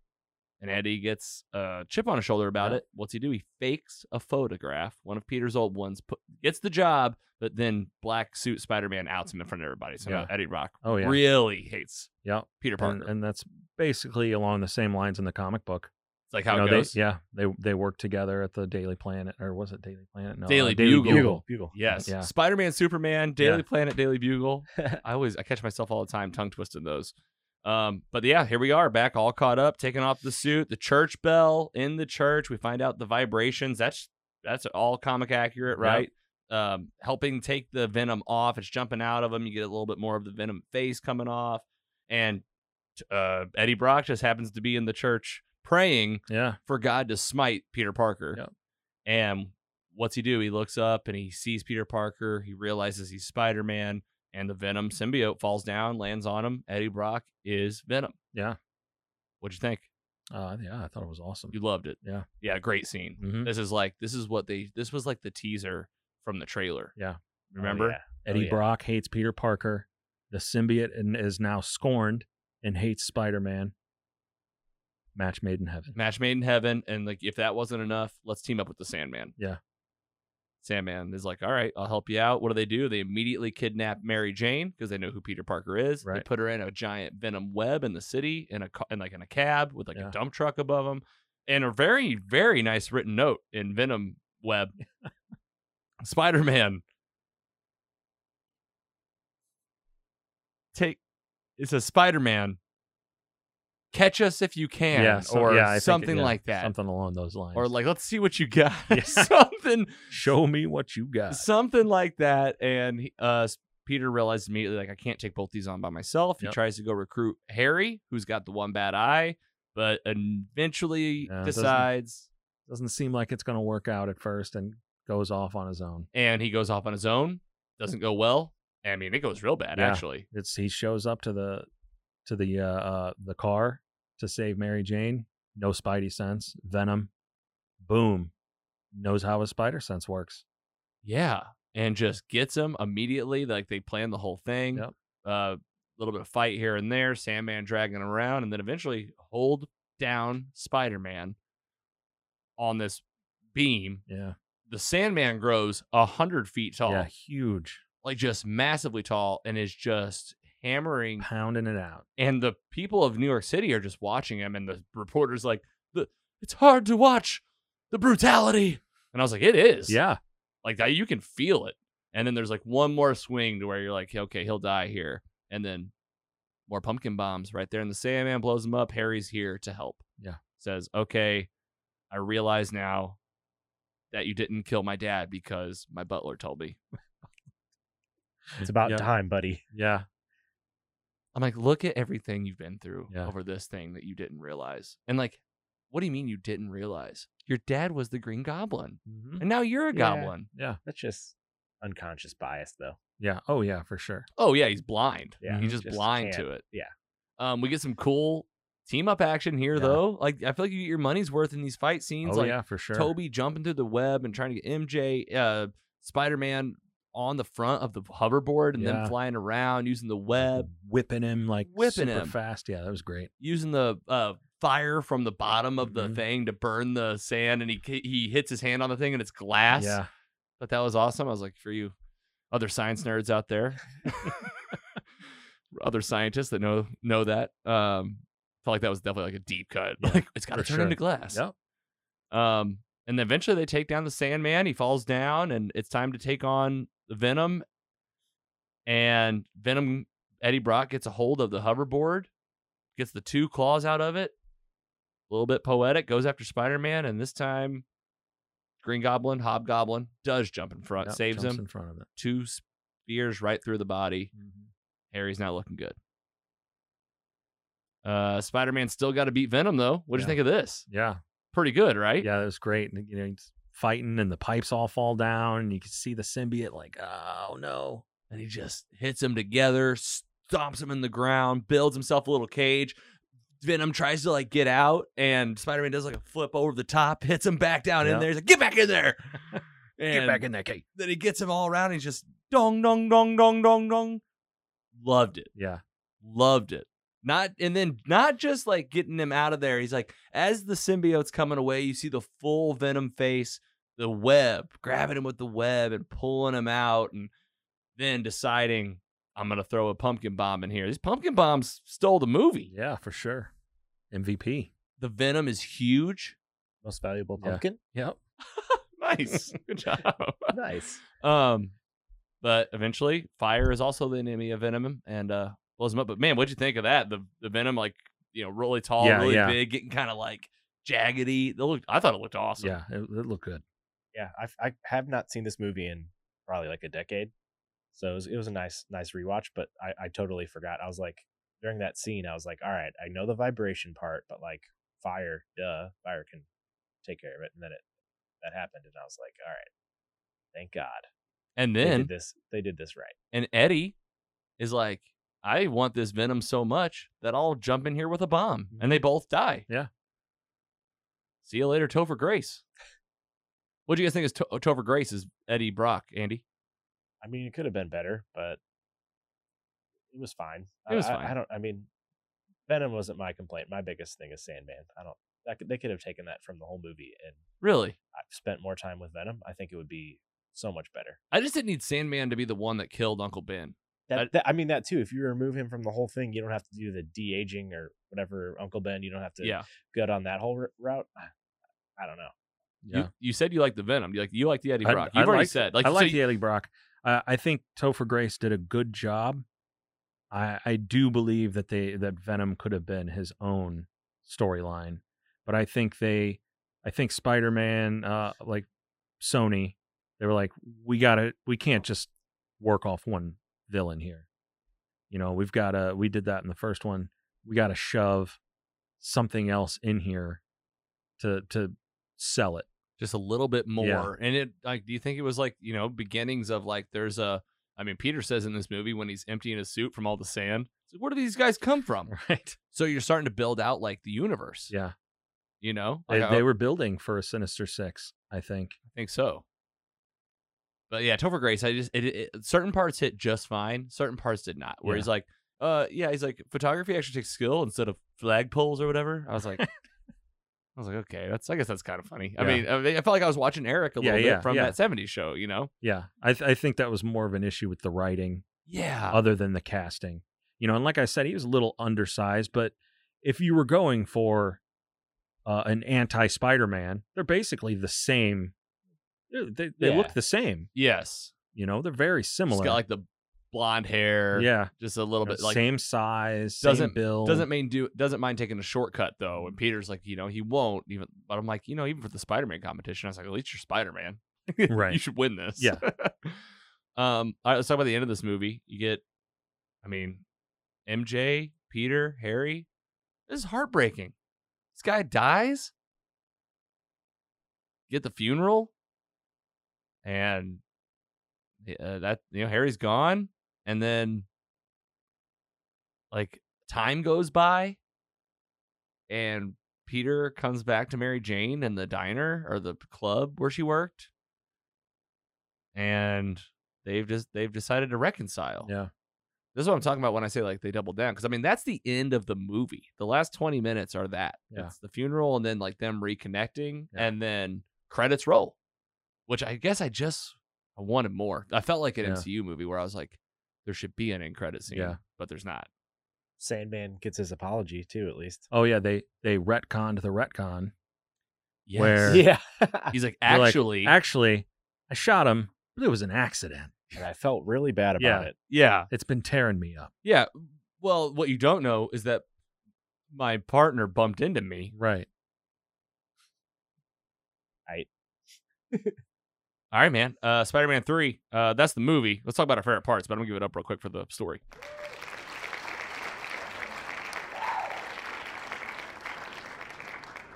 and Eddie gets a chip on his shoulder about
Yeah.
it. What's he do? He fakes a photograph, one of Peter's old ones, put, gets the job, but then black suit Spider Man outs him in front of everybody. So now
Yeah.
Eddie Brock
Oh, yeah.
really hates
Yep.
Peter Parker.
And, and that's basically along the same lines in the comic book.
it's like how
You
it
know, they-
goes.
yeah, they they work together at the Daily Planet, or was it Daily Planet? No, uh,
Daily Bugle.
Bugle. Bugle.
Yes.
Yeah.
Spider Man, Superman, Daily
Yeah.
Planet, Daily Bugle. I always I catch myself all the time tongue twisting those. Um, but yeah, here we are back, all caught up, taking off the suit, the church bell in the church. We find out the vibrations. That's that's all comic accurate,
Yep.
right? Um, helping take the venom off. It's jumping out of him. You get a little bit more of the venom face coming off, and uh, Eddie Brock just happens to be in the church praying
Yeah.
for God to smite Peter Parker.
Yep.
And what's he do? He looks up and he sees Peter Parker. He realizes he's Spider Man, and the Venom symbiote falls down, lands on him. Eddie Brock is Venom.
Yeah.
What'd you think?
Uh, yeah, I thought it was awesome.
You loved it.
Yeah.
Yeah. Great scene.
Mhm.
This is like this is what they this was like the teaser from the trailer.
Yeah.
Remember?
Oh, yeah.
Eddie
yeah.
Brock hates Peter Parker. The symbiote and is now scorned and hates Spider Man. Match made in heaven.
Match made in heaven. And like if that wasn't enough, let's team up with the Sandman.
Yeah.
Sandman is like, all right, I'll help you out. What do they do? They immediately kidnap Mary Jane because they know who Peter Parker is. They
Right.
put her in a giant venom web in the city in a ca- in like in a cab with like
Yeah.
a dump truck above them, and a very very nice written note in venom web. Spider Man, take it says Spider Man, catch us if you can,
so-
or
I think it-
something
oh, yeah,
like that,
Something along those lines.
or like let's see what you got,
Yeah.
something
show me what you got.
something like that. And he- uh, s- Peter realizes immediately, like, I can't take both these on by myself. He
Yep.
tries to go recruit Harry, who's got the one bad eye, but eventually
Yeah, it doesn't-
decides,
Doesn't seem like it's going to work out at first and goes off on his own.
and he goes off on his own. Doesn't go well. I mean, it goes real bad,
Yeah.
actually.
It's he shows up to the to the uh, uh the car to save Mary Jane. No Spidey sense. Venom. Boom. Knows how his spider sense works.
Yeah. And just gets him immediately. Like they plan the whole thing.
Yep.
Uh, little bit of fight here and there, Sandman dragging him around, and then eventually hold down Spider Man on this beam
Yeah.
the Sandman grows a hundred feet tall,
Yeah. Huge.
like just massively tall, and is just hammering.
Pounding it out.
And the people of New York City are just watching him, and the reporter's like, "The it's hard to watch the brutality." And I was like, "It is,
Yeah.
like that. You can feel it." And then there's like one more swing to where you're like, "Okay, he'll die here," and then more pumpkin bombs right there, and the Sandman blows him up. Harry's here to help.
Yeah.
says, "Okay, I realize now." That you didn't kill my dad because my butler told me.
It's about
Yeah.
time, buddy.
Yeah.
I'm like, look at everything you've been through
Yeah.
over this thing that you didn't realize. And like, what do you mean you didn't realize? Your dad was the Green Goblin,
Mhm.
and now you're a
Yeah.
goblin.
Yeah.
That's just unconscious bias, though.
Yeah. Oh yeah, for sure.
Oh yeah, he's blind.
Yeah,
he's just,
just
blind
can't-
to it.
yeah.
Um, we get some cool team up action here
Yeah.
though. Like, I feel like you get your money's worth in these fight scenes.
Oh
like,
yeah, for sure.
Toby jumping through the web and trying to get MJ, uh, Spider Man on the front of the hoverboard and
Yeah.
then flying around using the web.
whipping him like
Whipping
super
him.
fast. Yeah, that was great.
using the uh, fire from the bottom of the
Mhm.
thing to burn the sand, and he ki- he hits his hand on the thing, and it's glass.
Yeah. Mm-hmm.
but that was awesome. I was like, for you other science nerds out there, other scientists that know know that. Um, felt like that was definitely like a deep cut.
Yeah,
like it's got to
for
turn
sure.
into glass.
Yep.
Um, and then eventually they take down the Sandman. He falls down, and it's time to take on the Venom. And Venom, Eddie Brock gets a hold of the hoverboard, gets the two claws out of it. A little bit poetic, goes after Spider Man, and this time, Green Goblin, Hobgoblin does jump in front,
Yep,
saves
jumps
him.
in Mm-hmm. front of it.
Two spears right through the body. Harry's not looking good. Uh, Spider Man still got to beat Venom though. What do you
Yeah.
think of this?
Yeah,
Pretty good, right?
yeah, that was great. And, you know, he's fighting, and the pipes all fall down, and you can see the symbiote like, oh no.
And he just hits him together, stomps him in the ground, builds himself a little cage. Venom tries to like get out, and Spider Man does like a flip over the top, hits him back down
Yeah.
in there. He's like, "Get back in there!" And
Get back in that cage.
Then he gets him all around. And he's just dong dong dong dong dong dong. Loved it.
Yeah,
loved it. Not and then not just like getting him out of there. He's like, as the symbiote's coming away, you see the full venom face, the web, grabbing him with the web and pulling him out, and then deciding, I'm gonna throw a pumpkin bomb in here. These pumpkin bombs stole the movie.
yeah, for sure. MVP.
The venom is huge.
Most valuable
Yeah.
pumpkin.
Yep.
Nice. Good job.
Nice.
Um, but eventually, fire is also the enemy of Venom and uh, blows him up. But man, what'd you think of that? The the Venom, like you know, really tall,
Yeah,
really
yeah.
big, getting kind of like jaggedy. It looked, I thought it looked awesome.
Yeah, it, it looked good.
Yeah, I've, I have not seen this movie in probably like a decade, so it was, it was a nice nice rewatch. But I, I totally forgot. I was like during that scene, I was like, all right, I know the vibration part, but like fire, duh, fire can take care of it. And then it that happened, and I was like, all right, thank God
And
they
then
did this. They did this right.
and Eddie is like, I want this Venom so much that I'll jump in here with a bomb, and they both die.
Mm-hmm. Yeah.
See you later, Topher Grace. What do you guys think is to- Topher Grace is Eddie Brock, Andy?
I mean, it could have been better, but it was fine. I-
It was
I, I
fine.
don't. I mean, Venom wasn't my complaint. My biggest thing is Sandman. I don't. That could, they could have taken that from the whole movie and
Really?
I spent more time with Venom, I think it would be so much better.
I just didn't need Sandman to be the one that killed Uncle Ben.
That,
I-
I, that, I mean that too. If you remove him from the whole thing, you don't have to do the de aging or whatever Uncle Ben. You don't have to
Yeah.
go down that whole r- route. I- I don't know.
You, you said you like the Venom. You like you like the Eddie
I-
Brock.
I
You've already
liked-
said like
I
so
like
you-
the Eddie Brock. Uh, I think Topher Grace did a good job. I, I do believe that they that Venom could have been his own storyline, but I think they, I think Spider Man, uh, like Sony, they were like, we got to, we can't just work off one villain here. You know, we've got to, we did that in the first one. We got to shove something else in here to to sell it.
just a little bit more. And it like, do you think it was like you know beginnings of like there's a. I mean, Peter says in this movie when he's emptying his suit from all the sand, it's like, where do these guys come from?
Right.
So you're starting to build out like the universe.
Yeah.
You know,
They,
Like, I,
they were building for a Sinister Six, I think.
I think so. But yeah, Topher Grace, I just it, it, certain parts hit just fine, certain parts did not. Where
Yeah.
he's like, uh, yeah, he's like photography actually takes skill instead of flagpoles or whatever. I was like, I was like, okay, that's I guess that's kind of funny. I
Yeah.
mean, I mean, I felt like I was watching Eric a
Yeah,
little
yeah,
bit from
yeah.
that '70s show, you know?
Yeah, I, th- I think that was more of an issue with the writing,
Yeah,
other than the casting. You know, and like I said, he was a little undersized, but if you were going for uh, an anti Spider Man, they're basically the same. They, they, they
Yeah.
look the same.
yes,
You know, they're very
he's
similar.
got like the blonde hair,
yeah,
just a little bit like
same size,
doesn't-
same build.
Doesn't mean do doesn't mind taking a shortcut though. And Peter's like, you know, he won't even. But I'm like, you know, even for the Spider-Man competition, I was like, at least you're Spider-Man, You
Right.
should win this.
Yeah.
um. All right. Let's talk about the end of this movie. You get, I mean, MJ, Peter, Harry. This is heartbreaking. This guy dies. Get the funeral, and uh, that you know Harry's gone, and then like time goes by and Peter comes back to Mary Jane in the diner or the club where she worked. And they've just they've decided to reconcile.
Yeah.
This is what I'm talking about when I say like they double down cuz I mean that's the end of the movie. The last 20 minutes are that.
Yeah.
It's the funeral and then like them reconnecting
Yeah.
and then credits roll. Which I guess I just I wanted more. I felt like an
Yeah.
MCU movie where I was like there should be an end credit scene.
Yeah.
But there's not.
Sandman gets his apology too, at least.
Oh yeah, they they retconned the retcon.
Yes.
Where-
Yeah,
he's like,
They're like,
actually,
actually, I shot him, but it was an accident.
and I felt really bad about
Yeah.
it.
yeah,
It's been tearing me up.
yeah. Well, what you don't know is that my partner bumped into me.
Right.
All right, man. Uh, Spider-Man Three. Uh, that's the movie. Let's talk about our favorite parts, but I'm gonna give it up real quick for the story.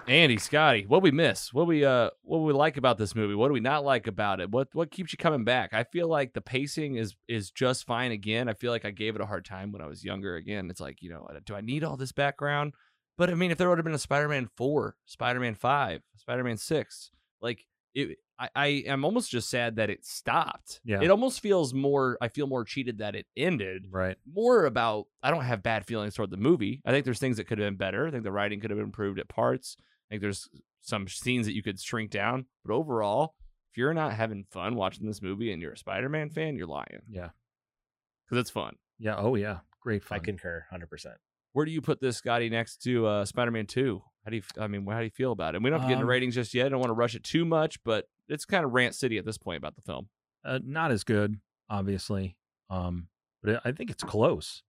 Andy, Scotty, what we miss, what we uh, what we like about this movie, what do we not like about it, what what keeps you coming back? I feel like the pacing is is just fine again. I feel like I gave it a hard time when I was younger. Again, it's like you know, uh, do I need all this background? But I mean, if there would have been a Spider-Man Four, Spider-Man Five, Spider-Man Six, like it, I, I am almost just sad that it stopped.
Yeah.
it almost feels more. I feel more cheated that it ended
Right.
more about I don't have bad feelings toward the movie. I think there's things that could have been better. I think the writing could have been improved at parts. I think there's some scenes that you could shrink down. But overall, if you're not having fun watching this movie and you're a Spider-Man fan, you're lying.
Yeah.
Because it's fun.
Yeah. Oh yeah. Great fun.
I concur, hundred percent.
Where do you put this, Scotty, next to uh, Spider-Man 2? How do you I mean, how do you feel about it? We don't have to get into
Um,
ratings just yet. I don't want to rush it too much, but it's kind of rant city at this point about the film.
uh, not as good, obviously. Um, but I I think it's close.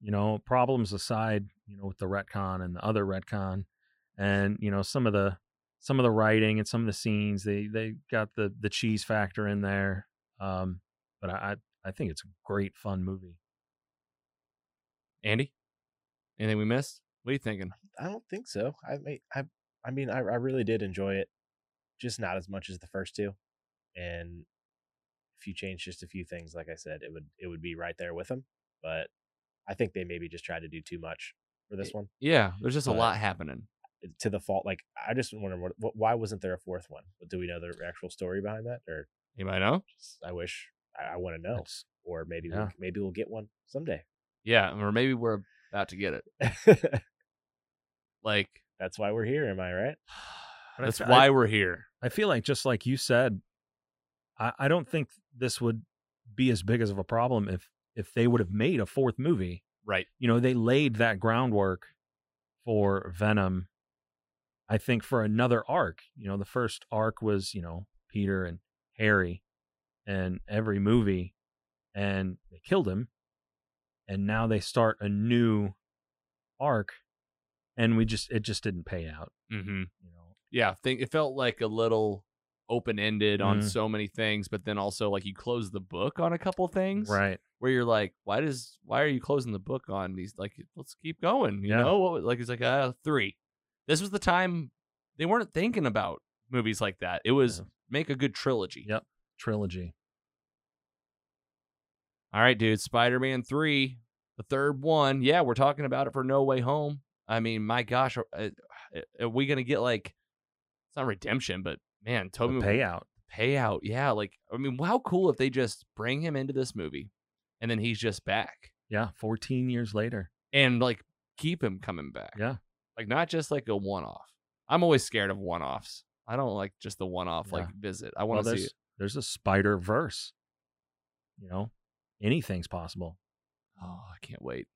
You know, problems aside, you know, with the retcon and the other retcon, and you know some of the some of the writing and some of the scenes, they they got the the cheese factor in there. Um, but I I I think it's a great fun movie.
Andy? Anything we missed? What are you thinking?
I don't think so. I mean, I, I mean, I, I really did enjoy it, just not as much as the first two. And if you change just a few things, like I said, it would it would be right there with them. But I think they maybe just tried to do too much for this one
Yeah, there's just a
Uh,
lot happening.
to the fault. Like I just wonder what, what why wasn't there a fourth one? Do we know the actual story behind that, or
Anybody know?
just, I wish I, I want to know,
It's-
or maybe
yeah.
we'll, maybe we'll get one someday.
Yeah, or maybe we're about to get it. Like
That's why we're here, am I right?
I
that's
fe- I-
why we're here.
I feel like just like you said, I, I don't think this would be as big as of a problem if if they would have made a fourth movie
Right.
you know, they laid that groundwork for Venom, I think, for another arc. You know, the first arc was, you know, Peter and Harry and every movie, and they killed him. And now they start a new arc, and we just, it just didn't pay out,
Mm-hmm.
you know.
Yeah, think it felt like a little open ended on
Mhm.
so many things, but then also like you close the book on a couple things,
Right.
Where you're like, why does why are you closing the book on these? Like, let's keep going. You
Yeah.
know what? was- Like it's like uh, three. This was the time they weren't thinking about movies like that. It was
Yeah.
make a good trilogy.
Yep. Trilogy.
All right, dude. Spider Man 3, the third one. Yeah, we're talking about it for No Way Home. I mean, my gosh, are, uh, are we going to get like, it's not redemption, but man,
The
Toby
payout.
payout. Yeah, like, I mean, how cool if they just bring him into this movie and then he's just back
Yeah. 14 years later.
and like keep him coming back.
Yeah.
Like, not just like a one off. I'm always scared of one offs. I don't like just the one off
Yeah.
like visit. I
Well,
want to
there's,
see it.
there's a Spider Verse. You know, anything's possible.
Oh, I can't wait.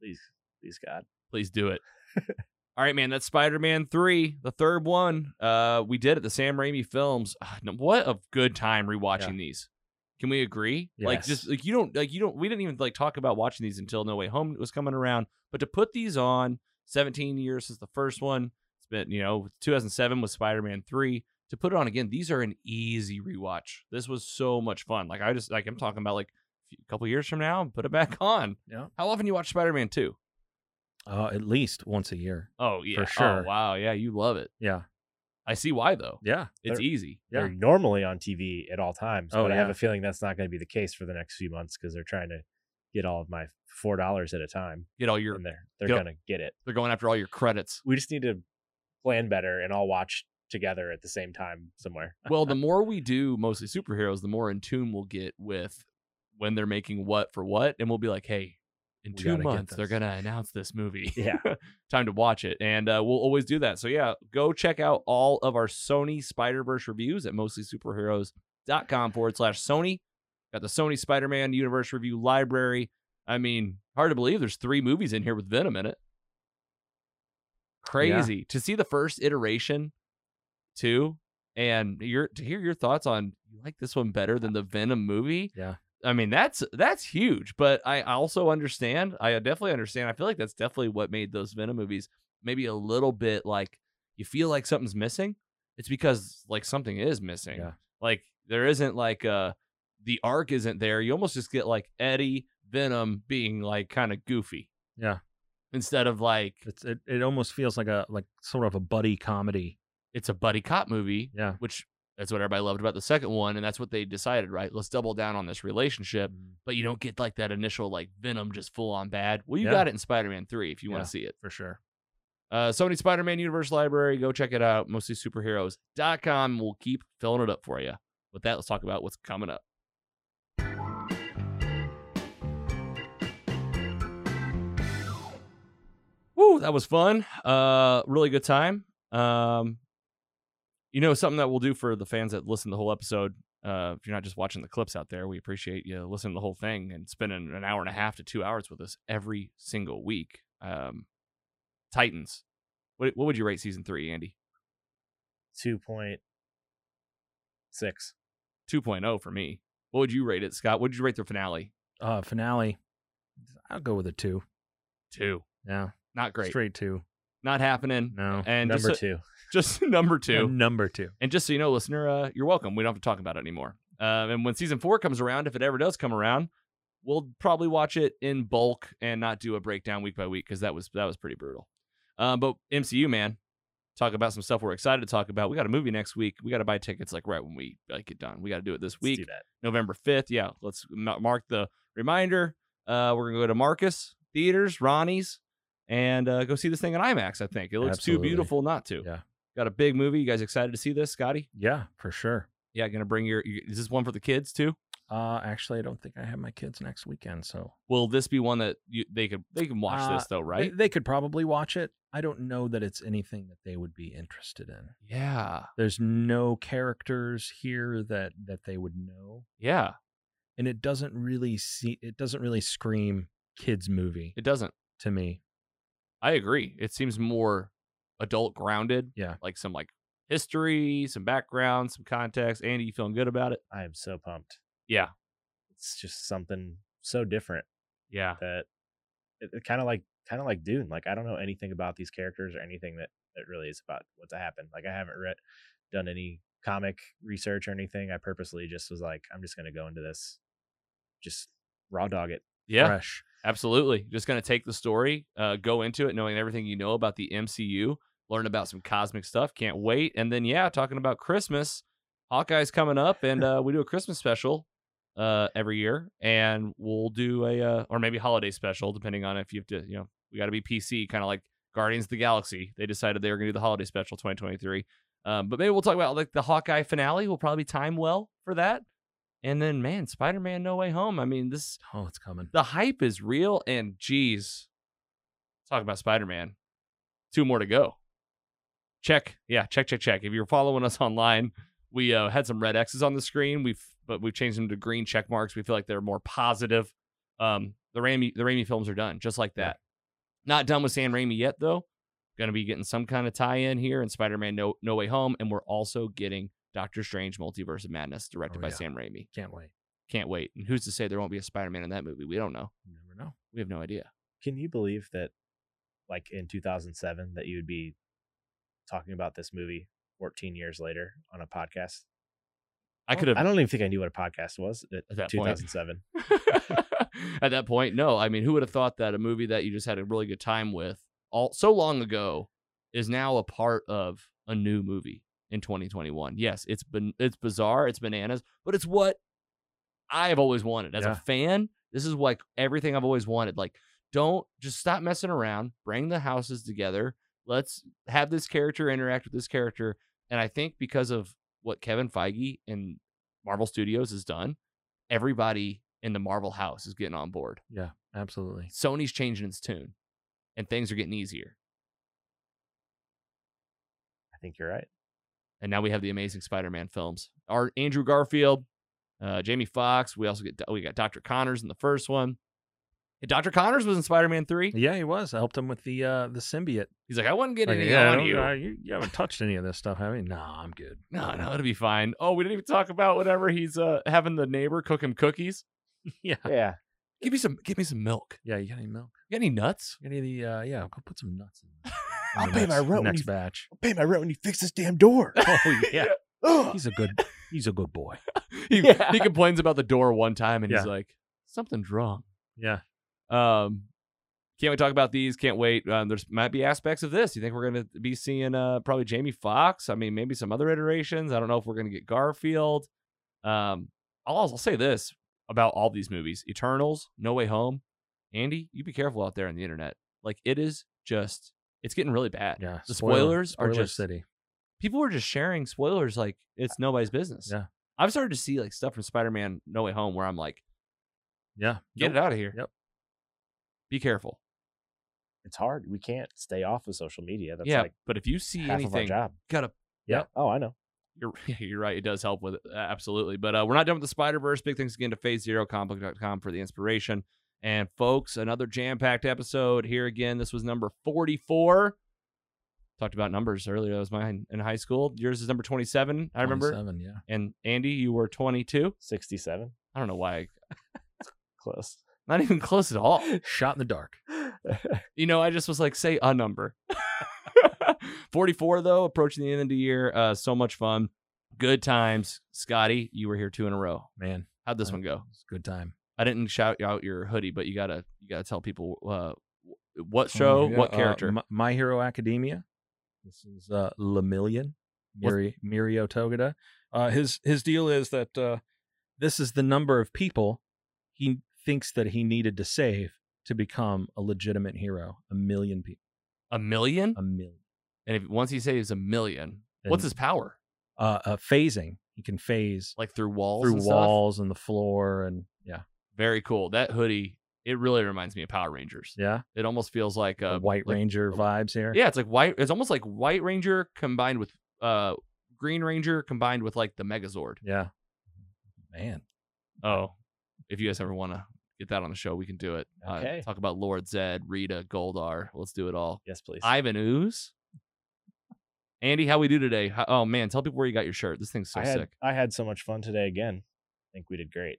Please, please, God.
Please do it. All right, man. That's Spider Man 3, the third one. Uh, we did it, the Sam Raimi films. Ah, no- What a good time rewatching these. Can we agree? Like just
Yes.
like you don't like you don't we didn't even like talk about watching these until No Way Home was coming around. But to put these on 17 years since the first one, it's been, you know, 2007 was Spider-Man 3. To put it on again, these are an easy rewatch. This was so much fun. Like I just like I'm talking about like a couple years from now, put it back on.
Yeah.
How often do you watch Spider-Man 2?
Uh, at least once a year.
Oh yeah,
sure.
Oh, wow, yeah, you love it.
Yeah.
I see why though.
Yeah.
It's
They're-
easy.
They're normally on TV at all times,
Oh,
but I have
yeah.
a feeling that's not going to be the case for the next few months because they're trying to get all of my four dollars at a time,
Get all your
and they're they're
Yep.
going to get it.
they're going after all your credits.
We just need to plan better and all watch together at the same time somewhere.
Well, the more we do mostly superheroes, the more in tune we'll get with when they're making what for what, and we'll be like, hey, in
We
two
gotta get
months they're
this.
gonna announce this movie.
Yeah.
time to watch it, and uh, we'll always do that. So yeah, go check out all of our Sony Spider Verse reviews at mostlysuperheroes.com forward slash Sony. Got the Sony Spider Man Universe Review Library. I mean, hard to believe there's three movies in here with Venom in it. Crazy to see the first iteration, too, and your to hear your thoughts on you like this one better than the Venom movie.
Yeah.
I mean that's that's huge, but I also understand. I definitely understand. I feel like that's definitely what made those Venom movies maybe a little bit like you feel like something's missing. It's because like something is missing.
Yeah.
Like there isn't like uh the arc isn't there. You almost just get like Eddie Venom being like kind of goofy.
Yeah.
Instead of like
It's it, it almost feels like a like sort of a buddy comedy.
it's a buddy cop movie,
Yeah.
which that's what everybody loved about the second one, and that's what they decided, right? Let's double down on this relationship,
Mm.
but you don't get like that initial like Venom just full on bad. Well, you
Yeah.
got it in Spider Man Three if you want
Yeah.
to see it.
For sure.
Uh, Sony Spider Man Universe Library, go check it out. MostlySuperheroes.com. We'll keep filling it up for you. With that, let's talk about what's coming up. Woo, that was fun. Uh, really good time. Um, you know, something that we'll do for the fans that listen to the whole episode. Uh, if you're not just watching the clips out there, we appreciate you listening to the whole thing and spending an hour and a half to two hours with us every single week. Um, Titans. What what would you rate season three, Andy?
Two point six.
2.0 for me. What would you rate it, Scott? What would you rate the finale?
Uh finale. I'll go with a two.
Two.
Yeah.
Not great.
Straight two.
Not happening.
No.
And
Number
just, so-
two.
just number two.
Number two.
And just so you know, listener, uh, you're welcome. We don't have to talk about it anymore. Uh, and when season four comes around, if it ever does come around, we'll probably watch it in bulk and not do a breakdown week by week because that was that was pretty brutal. Um, but MCU man, talk about some stuff we're excited to talk about. We got a movie next week. We got to buy tickets like right when we like get done. We got to do it this
Let's
week.
do that.
November 5th. Yeah, let's ma- mark the reminder. Uh, we're going to go to Marcus Theaters, Ronnie's, and uh, go see this thing in IMAX, I think. It looks too
Absolutely.
beautiful not to.
Yeah.
Got a big movie. You guys excited to see this, Scotty?
Yeah, for sure.
Yeah, going to bring your. you- Is this one for the kids too?
Uh actually I don't think I have my kids next weekend, so
Will this be one that you, they could they can watch
Uh,
this though,
they-
right?
They, could probably watch it. I don't know that it's anything that they would be interested in.
yeah,
There's no characters here that that they would know.
yeah.
And it doesn't really see it doesn't really scream kids movie
It doesn't.
to me.
I agree. It seems more adult grounded.
Yeah.
like some like history, some background, some context. Andy, you feeling good about it?
I am so pumped.
Yeah,
It's just something so different
yeah,
that it, kind of like kind of like Dune. Like I don't know anything about these characters or anything that that really is about what to happen. Like I haven't read done any comic research or anything. I purposely just was like, I'm just gonna go into this, just raw dog it.
yeah.
Fresh.
Absolutely. Just going to take the story, uh, go into it knowing everything you know about the MCU, learn about some cosmic stuff. Can't wait. And then, yeah, talking about Christmas, Hawkeye's coming up, and uh, we do a Christmas special uh, every year, and we'll do a uh, or maybe holiday special depending on if you have to. You know, we got to be PC, kind of like Guardians of the Galaxy. They decided they were going to do the holiday special 2023. Um, but maybe we'll talk about like the Hawkeye finale. We'll probably time well for that. And then, man, Spider-Man: No Way Home. I mean, this
Oh, it's coming.
the hype is real and geez talk about spider-man two more to go check yeah check check check if you're following us online we uh, had some red x's on the screen we've but we've changed them to green check marks we feel like they're more positive um the Raimi, the Raimi films are done just like that not done with sam Raimi yet though gonna be getting some kind of tie-in here in spider-man no, no way home and we're also getting doctor strange multiverse of madness directed
Oh,
by
yeah.
sam raimi
Can't wait.
can't wait and who's to say there won't be a spider-man in that movie we don't know
You never know.
we have no idea.
Can you believe that, like in 2007, that you would be talking about this movie 14 years later on a podcast?
I could
I
have
don't even think I knew what a podcast was at,
At that point.
2007.
at that point. No, I mean, who would have thought that a movie that you just had a really good time with all so long ago is now a part of a new movie in 2021? Yes, it's been it's bizarre, it's bananas, but it's what I've always wanted as
Yeah.
a fan. This is like everything I've always wanted. Like, don't just stop messing around. Bring the houses together. Let's have this character interact with this character. And I think because of what Kevin Feige and Marvel Studios has done, everybody in the Marvel house is getting on board.
Yeah, absolutely.
Sony's changing its tune and things are getting easier.
I think you're right.
And now we have the amazing Spider Man films. Our Andrew Garfield, uh, Jamie Fox. We also get we got Doctor Connors in the first one. Doctor Connors was in Spider Man Three.
Yeah, he was. I helped him with the uh the symbiote.
He's like, I wouldn't get
Like,
any
yeah, I
on
don't-
you.
uh, you. You haven't touched any of this stuff, have you? No, I'm good.
No, no, it'll be fine. Oh, we didn't even talk about whenever he's uh having the neighbor cook him cookies.
yeah,
Yeah.
Give me some, give me some milk.
yeah. You got any milk?
You got any nuts?
You got any of the? Uh, yeah, go put some nuts in. there.
I'll
In the
pay my
next-
rent when
next
you-
batch.
Pay my rent when you fix this damn door.
Oh yeah,
Ugh.
he's a good. He's a good boy.
He,
Yeah.
he complains about the door one time, and he's
Yeah.
like, something's wrong.
Yeah.
Um, can't wait to talk about these. Can't wait. Um, there's might be aspects of this. You think we're gonna be seeing uh probably Jamie Fox? I mean, maybe some other iterations. I don't know if we're gonna get Garfield. Um, I'll, I'll say this about all these movies: Eternals, No Way Home. Andy, you be careful out there on the internet. Like it is just, it's getting really bad.
Yeah.
The
spoiler-
spoilers are
spoiler
just-
city.
People were just sharing spoilers like it's nobody's business.
Yeah.
I've started to see like stuff from Spider-Man: No Way Home where I'm like,
Yeah.
get it out of here.
Yep.
Be careful.
It's hard. We can't stay off of social media. That's
yeah,
like
but if you see
half of our
anything,
job.
gotta
Oh, I know.
You're, you're right. It does help with it. uh, Absolutely. But uh, we're not done with the Spider Verse. Big thanks again to phase zero comic.com for the inspiration. And folks, another jam packed episode here again. This was number 44. Talked about numbers earlier. That was mine in high school. Yours is number 27, I remember.
27, Yeah.
And Andy, you were 22.
67.
I don't know why.
Close.
Not even close at all.
Shot in the dark.
You know, I just was like, say a number. 44, though, approaching the end of the year. Uh, so much fun. Good times. Scotty, you were here two in a row.
Man,
How'd this
I-
one go?
It's a good time.
I didn't shout out your hoodie, but you gotta you gotta tell people uh, wh- what show, what
Uh,
character.
My, My Hero Academia. This is uh, Lemillion,
What's-
Miri, Mirio Togeda. Uh, his his deal is that uh, this is the number of people he thinks that he needed to save to become a legitimate hero. A million people.
a million,
A million.
and if once he saves a million, what's
And-
his power?
Uh, uh, phasing. He can phase
Like through walls,
through
and stuff?
walls and the floor, and yeah,
Very cool. That hoodie, it really reminds me of Power Rangers.
yeah.
It almost feels like
The
a
White
like-
Ranger vibes here.
Yeah, it's like white. It's almost like White Ranger combined with uh Green Ranger combined with like the Megazord.
Yeah. Man.
Oh, if you guys ever want to get that on the show, we can do it.
Okay.
Uh, talk about Lord Zed, Rita, Goldar. Let's do it all.
Yes, please.
Ivan Ooze. Andy, how we do today? How, oh man, tell people where you got your shirt. This thing's so
I had
sick.
I had so much fun today again. I think we did great.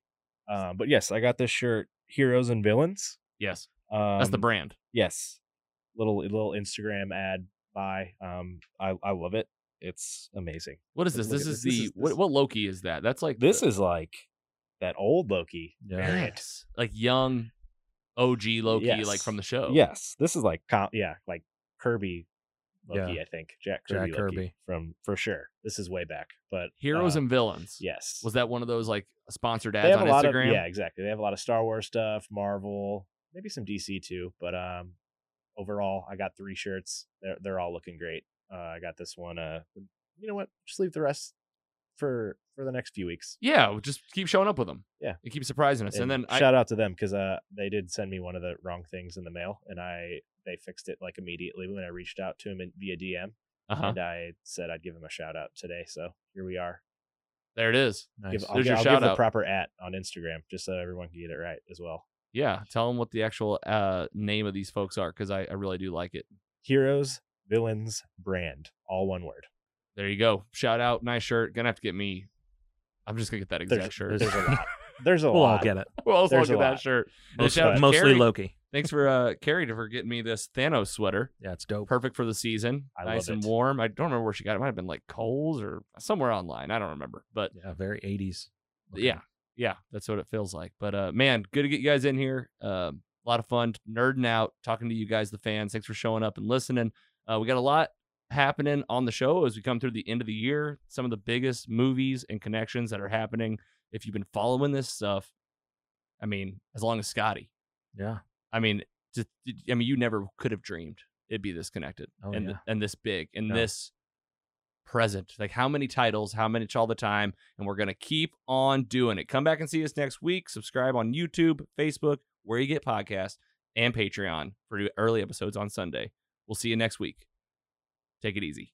Um, but yes, I got this shirt, Heroes and Villains.
Yes,
Um,
that's the brand.
Yes, little little Instagram ad buy. Um, I I love it. It's amazing.
What is this?
look
This
at
is
this. This
the
is-
what?
this-
What Loki is that? That's like
This
the-
is like that old Loki
Yeah.
variant.
yes, like young OG Loki, like
Yes.
from the show.
Yes, this is like com- yeah, like Kirby Loki. I think Jack
Jack
Kirby, Loki
Kirby.
from for sure. This is way back, but
heroes
uh,
and villains.
yes,
was that one of those like sponsored
they
ads
have
on
a lot
Instagram?
Of, yeah, exactly. They have a lot of Star Wars stuff, Marvel, maybe some DC too. But um, overall, I got three shirts. They're they're all looking great. Uh, I got this one. Uh, you know what? Just leave the rest for for the next few weeks.
yeah. well, Just keep showing up with them.
Yeah.
it keeps surprising us. And, then I,
shout out to them because uh, they did send me one of the wrong things in the mail, and I they fixed it like immediately when I reached out to him in, via DM,
uh
and I said I'd give him a shout out today. So here we are.
there it is.
Nice.
Give, I'll,
There's
gi-
your
I'll
shout
give the
out.
proper at on Instagram just so everyone can get it right as well.
Yeah, tell them what the actual uh, name of these folks are because I, I really do like it.
Heroes, villains, brand, all one word.
There you go. Shout out. Nice shirt. Gonna have to get me. I'm just gonna get that exact
There's,
shirt.
there's a lot. There's a
we'll
lot.
all get it.
we'll also
there's
look
a
at that
lot.
shirt. And
Most-
shout out to
mostly
uh, Carrie.
Loki.
Thanks for uh, Carrie for getting me this Thanos sweater.
Yeah, it's dope.
Perfect for the season.
I
nice
love
and
it.
warm. I don't remember where she got it. It might have been like Kohl's or somewhere online. I don't remember. But
Yeah, very 80s. looking.
yeah, yeah, that's what it feels like. But uh, man, good to get you guys in here. Um, a lot of fun nerding out, talking to you guys, the fans. Thanks for showing up and listening. Uh, we got a lot happening on the show as we come through the end of the year. Some of the biggest movies and connections that are happening. If you've been following this stuff, I mean, as long as Scotty,
Yeah.
I mean, to, to- I mean, you never could have dreamed it'd be this connected
Oh,
and
yeah.
and this big and
No.
this present. Like how many titles, how many all the time, and we're gonna keep on doing it. Come back and see us next week. Subscribe on YouTube, Facebook, where you get podcasts, and Patreon for new- early episodes on Sunday. We'll see you next week. Take it easy.